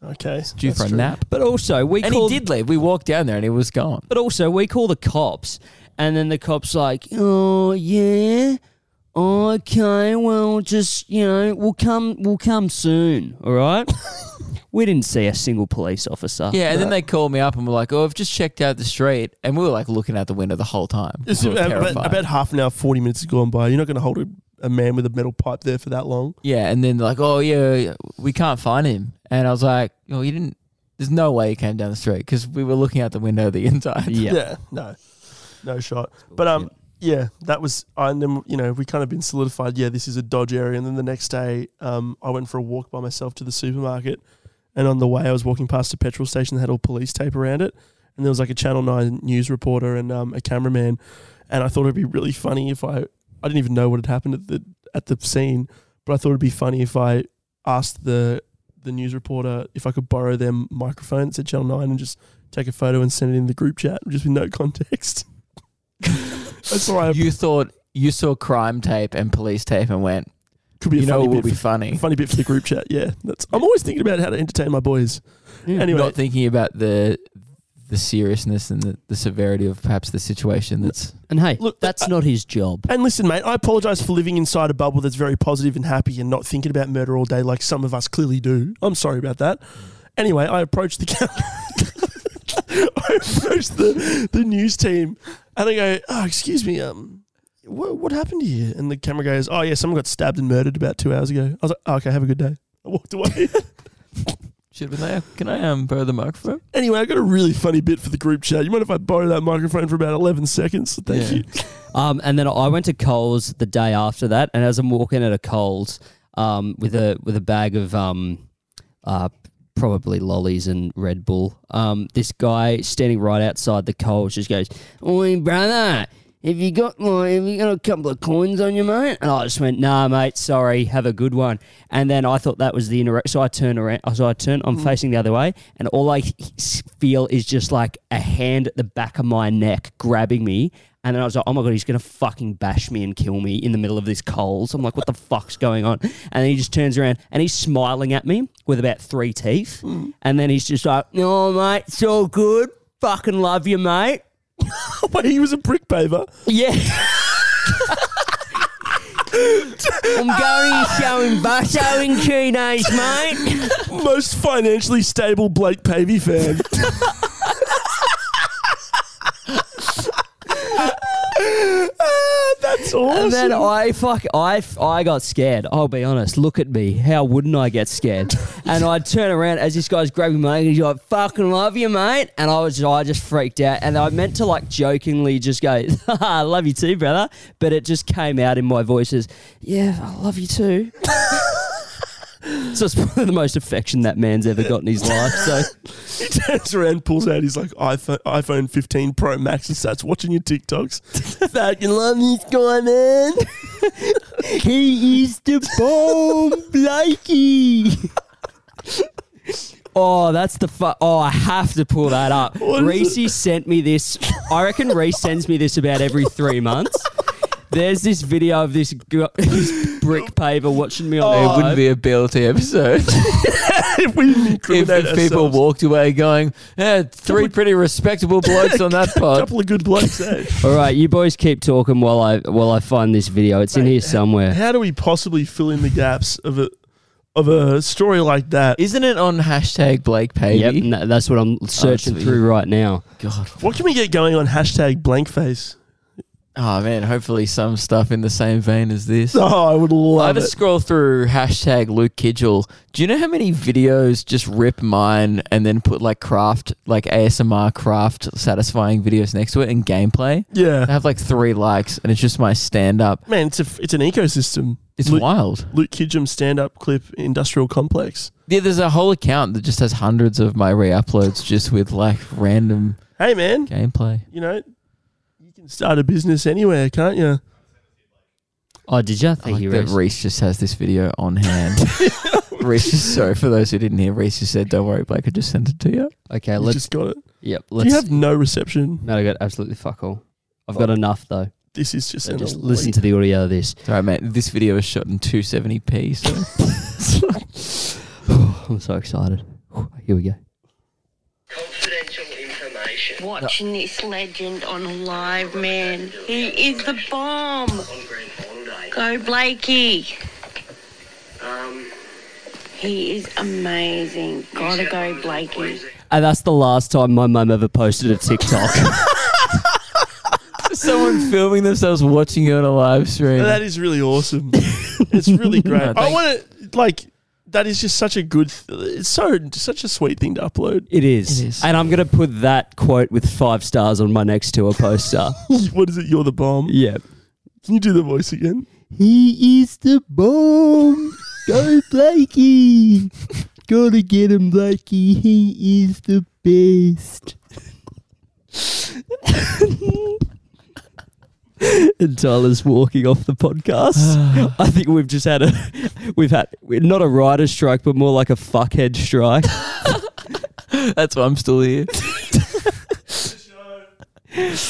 C: okay.
D: Due
C: that's
D: for a
C: true.
D: nap.
B: But also, we
D: And he
B: called
D: did leave. We walked down there and he was gone.
B: But also, we call the cops, and then the cops like, oh yeah, okay, well, just you know, we'll come, we'll come soon, all right. we didn't see a single police officer.
D: Yeah, and then they called me up and were like, "Oh, I've just checked out the street," and we were like looking out the window the whole time.
C: It's
D: We were
C: about,
D: terrified.
C: about, about half an hour, forty minutes has gone by. You're not going to hold a, a man with a metal pipe there for that long.
D: Yeah, and then they're like, oh yeah, we can't find him. And I was like, oh, you didn't. There's no way he came down the street because we were looking out the window the *laughs* entire time.
B: yeah.
C: Yeah, no, no shot. But um, yeah, that was. And then you know we kind of been solidified. Yeah, this is a dodge area. And then the next day, um, I went for a walk by myself to the supermarket, and on the way I was walking past a petrol station that had all police tape around it, and there was like a Channel Nine news reporter and um, a cameraman, and I thought it'd be really funny if I I didn't even know what had happened at the at the scene, but I thought it'd be funny if I asked the the news reporter if I could borrow their microphones at Channel Nine and just take a photo and send it in the group chat just with no
D: *laughs*
C: context. That's all right.
D: You thought you saw crime tape and police tape and went,
C: Could be a
D: you know,
C: funny
D: it will
C: bit,
D: be
C: for,
D: funny.
C: funny bit for the group chat. Yeah, that's. I'm always thinking about how to entertain my boys. Anyway,
D: Not thinking about the the seriousness and the, the severity of perhaps the situation. That's
B: And hey,
C: Look,
B: look, that's not his job.
C: and listen, mate, I apologize for living inside a bubble that's very positive and happy and not thinking about murder all day like some of us clearly do. I'm sorry about that. Anyway, I approached the *laughs* I approached the, the news team and I go, oh, excuse me, um, what, what happened here? And the camera goes, oh, yeah, someone got stabbed and murdered about two hours ago. I was like, oh, okay, have a good day. I walked away. *laughs*
D: should we there? Can I um borrow the microphone?
C: anyway, I got a really funny bit for the group chat. You mind if I borrow that microphone for about 11 seconds? Thank
D: Yeah.
C: you. *laughs*
B: Um, and then I went to Coles the day after that, and as I'm walking out of Coles, um, with a with a bag of um, uh, probably lollies and Red Bull, um, this guy standing right outside the Coles just goes, "Oi, brother." Have you got like, have you got a couple of coins on you, mate? And I just went, nah, mate, sorry, have a good one. And then I thought that was the interaction. So I turn around, so I turn, I'm facing the other way, and all I s- feel is just like a hand at the back of my neck grabbing me, and then I was like, oh my God, he's going to fucking bash me and kill me in the middle of this Coles. I'm like, what the fuck's going on? And then he just turns around and he's smiling at me with about three teeth. And then he's just like, no, mate, it's all good. Fucking love you, mate.
C: Wait, he was a brick paver.
B: Yeah. I'm going to show him Basso in two days, mate.
C: Most financially stable Blake Pavey *laughs* fan. Ah, That's awesome.
B: And then I fuck I I got scared. I'll be honest. Look at me. How wouldn't I get scared? And I turn around as this guy's grabbing my leg. and He's like, "Fucking love you, mate." And I was just, I just freaked out. And I meant to like jokingly just go, *laughs* "I love you too, brother," but it just came out in my voice as, "Yeah, I love you too." so it's probably the most affection that man's ever got in his life. So
C: he turns around, pulls out his like iPhone, iPhone 15 Pro Max, and starts watching your *laughs* TikToks. Fucking love this guy, man.
B: he is the bomb, Blakey. Oh, that's the fu- Oh, I have to pull that up.
C: What is
B: Reese sent me this. I reckon Reese sends me this about every three months. There's this video of this, gu- this brick paver watching me on
D: It
B: live.
D: wouldn't be a BLT episode
C: if we didn't
D: if,
C: incriminate
D: if people
C: ourselves.
D: walked away going, eh, three pretty respectable blokes on that
C: a
D: pod.
C: couple of good blokes eh? there.
B: All right, you boys keep talking while I while I find this video. It's in here somewhere.
C: *laughs* How do we possibly fill in the gaps of a of a story like that?
D: Isn't it on hashtag Blake
B: Yep,
D: Pavey?
B: and that- that's what I'm searching
D: it's-
B: through right now.
D: God.
C: What can we get going on hashtag blankface?
D: Oh, man. Hopefully, some stuff in the same vein as this.
C: Oh, I would
D: I
C: love
D: just
C: it.
D: scroll through hashtag Luke Kidgel. Do you know how many videos just rip mine and then put like craft, like ASMR craft satisfying videos next to it and gameplay? I
C: Yeah,
D: have like three likes and it's just my stand up.
C: man, it's a, it's an ecosystem.
D: It's
C: Luke,
D: wild.
C: Luke Kidgem stand up clip industrial complex.
D: Yeah, there's a whole account that just has hundreds of my re uploads just with like random
C: Hey, man,
D: gameplay.
C: you know you can start a business anywhere, can't you?
B: Oh, did you?
D: I
B: Thank
D: like
B: you,
D: that
B: Reese.
D: Reese just has this video *laughs* on hand. Reese is sorry for those who didn't hear. Reese just said, "Don't worry, Blake. I just sent it to you."
B: Okay,
C: You
B: let's.
C: just got it.
B: yep,
C: Do
B: let's.
C: you have no reception?
B: no, I got absolutely fuck all. I've got enough though.
C: This is just
B: So
C: an
B: just
C: elite-
B: listen to the audio of this. *laughs*
D: Sorry, mate. This video is shot in 270p. So
B: I'm so excited. Here we go.
A: confidential information. Watching this legend on live, man. He is the bomb. On Grand Final Day. Go Blakey. Um. He is amazing. Gotta go, Blakey.
B: And that's the last time my mum ever posted a TikTok.
D: *laughs* someone filming themselves watching it on a live stream.
C: That is
B: *laughs*
C: really awesome. it's really great.
D: No,
C: I
D: thank-
C: want to like that is just such a good. Th- it's so such a sweet thing to
B: *laughs*
C: upload.
B: *laughs* it, is.
D: It is.
B: And I'm going to put that quote with five stars on my next tour *laughs* poster.
C: what is it? You're the bomb.
B: yeah.
C: Can you do the voice again?
B: He is the bomb. Go Blakey. Gotta get him, Blakey. He is the best. and Tyler's walking off the *sighs* podcast. I think we've just had a, we've had not a rider strike, but more like a fuckhead strike.
D: That's why I'm still here. *laughs*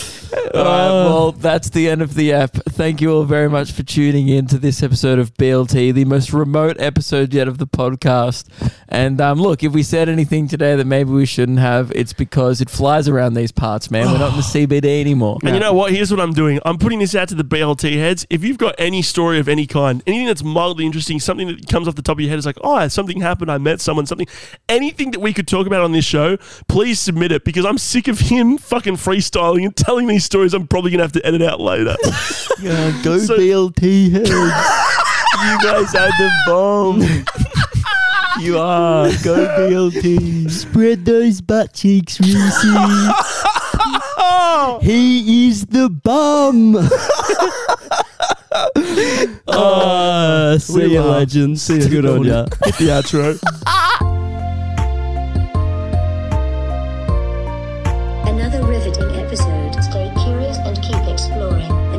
D: All right, well, that's the end of the app. Thank you all very much for tuning in to this episode of BLT, the most remote episode yet of the podcast. And um, look, if we said anything today that maybe we shouldn't have, it's because it flies around these parts, man. We're not in *sighs* the CBD anymore.
C: And you know what? Here's what I'm doing. I'm putting this out to the BLT heads. If you've got any story of any kind, anything that's mildly interesting, something that comes off the top of your head is like, oh, something happened. I met someone, something, anything that we could talk about on this show, please submit it because I'm sick of him fucking freestyling and telling these stories I'm probably going to have to edit out later.
D: Yeah, go
C: So-
D: BLT heads. you guys are the *laughs* bomb. you are. Go BLT.
B: Spread those butt cheeks, Reese. he is the *laughs* bum. uh,
C: we
B: see you,
C: laugh.
B: legends. See you. Good on ya.
C: Hit the outro.
E: Another riveting episode. Stay curious and keep exploring.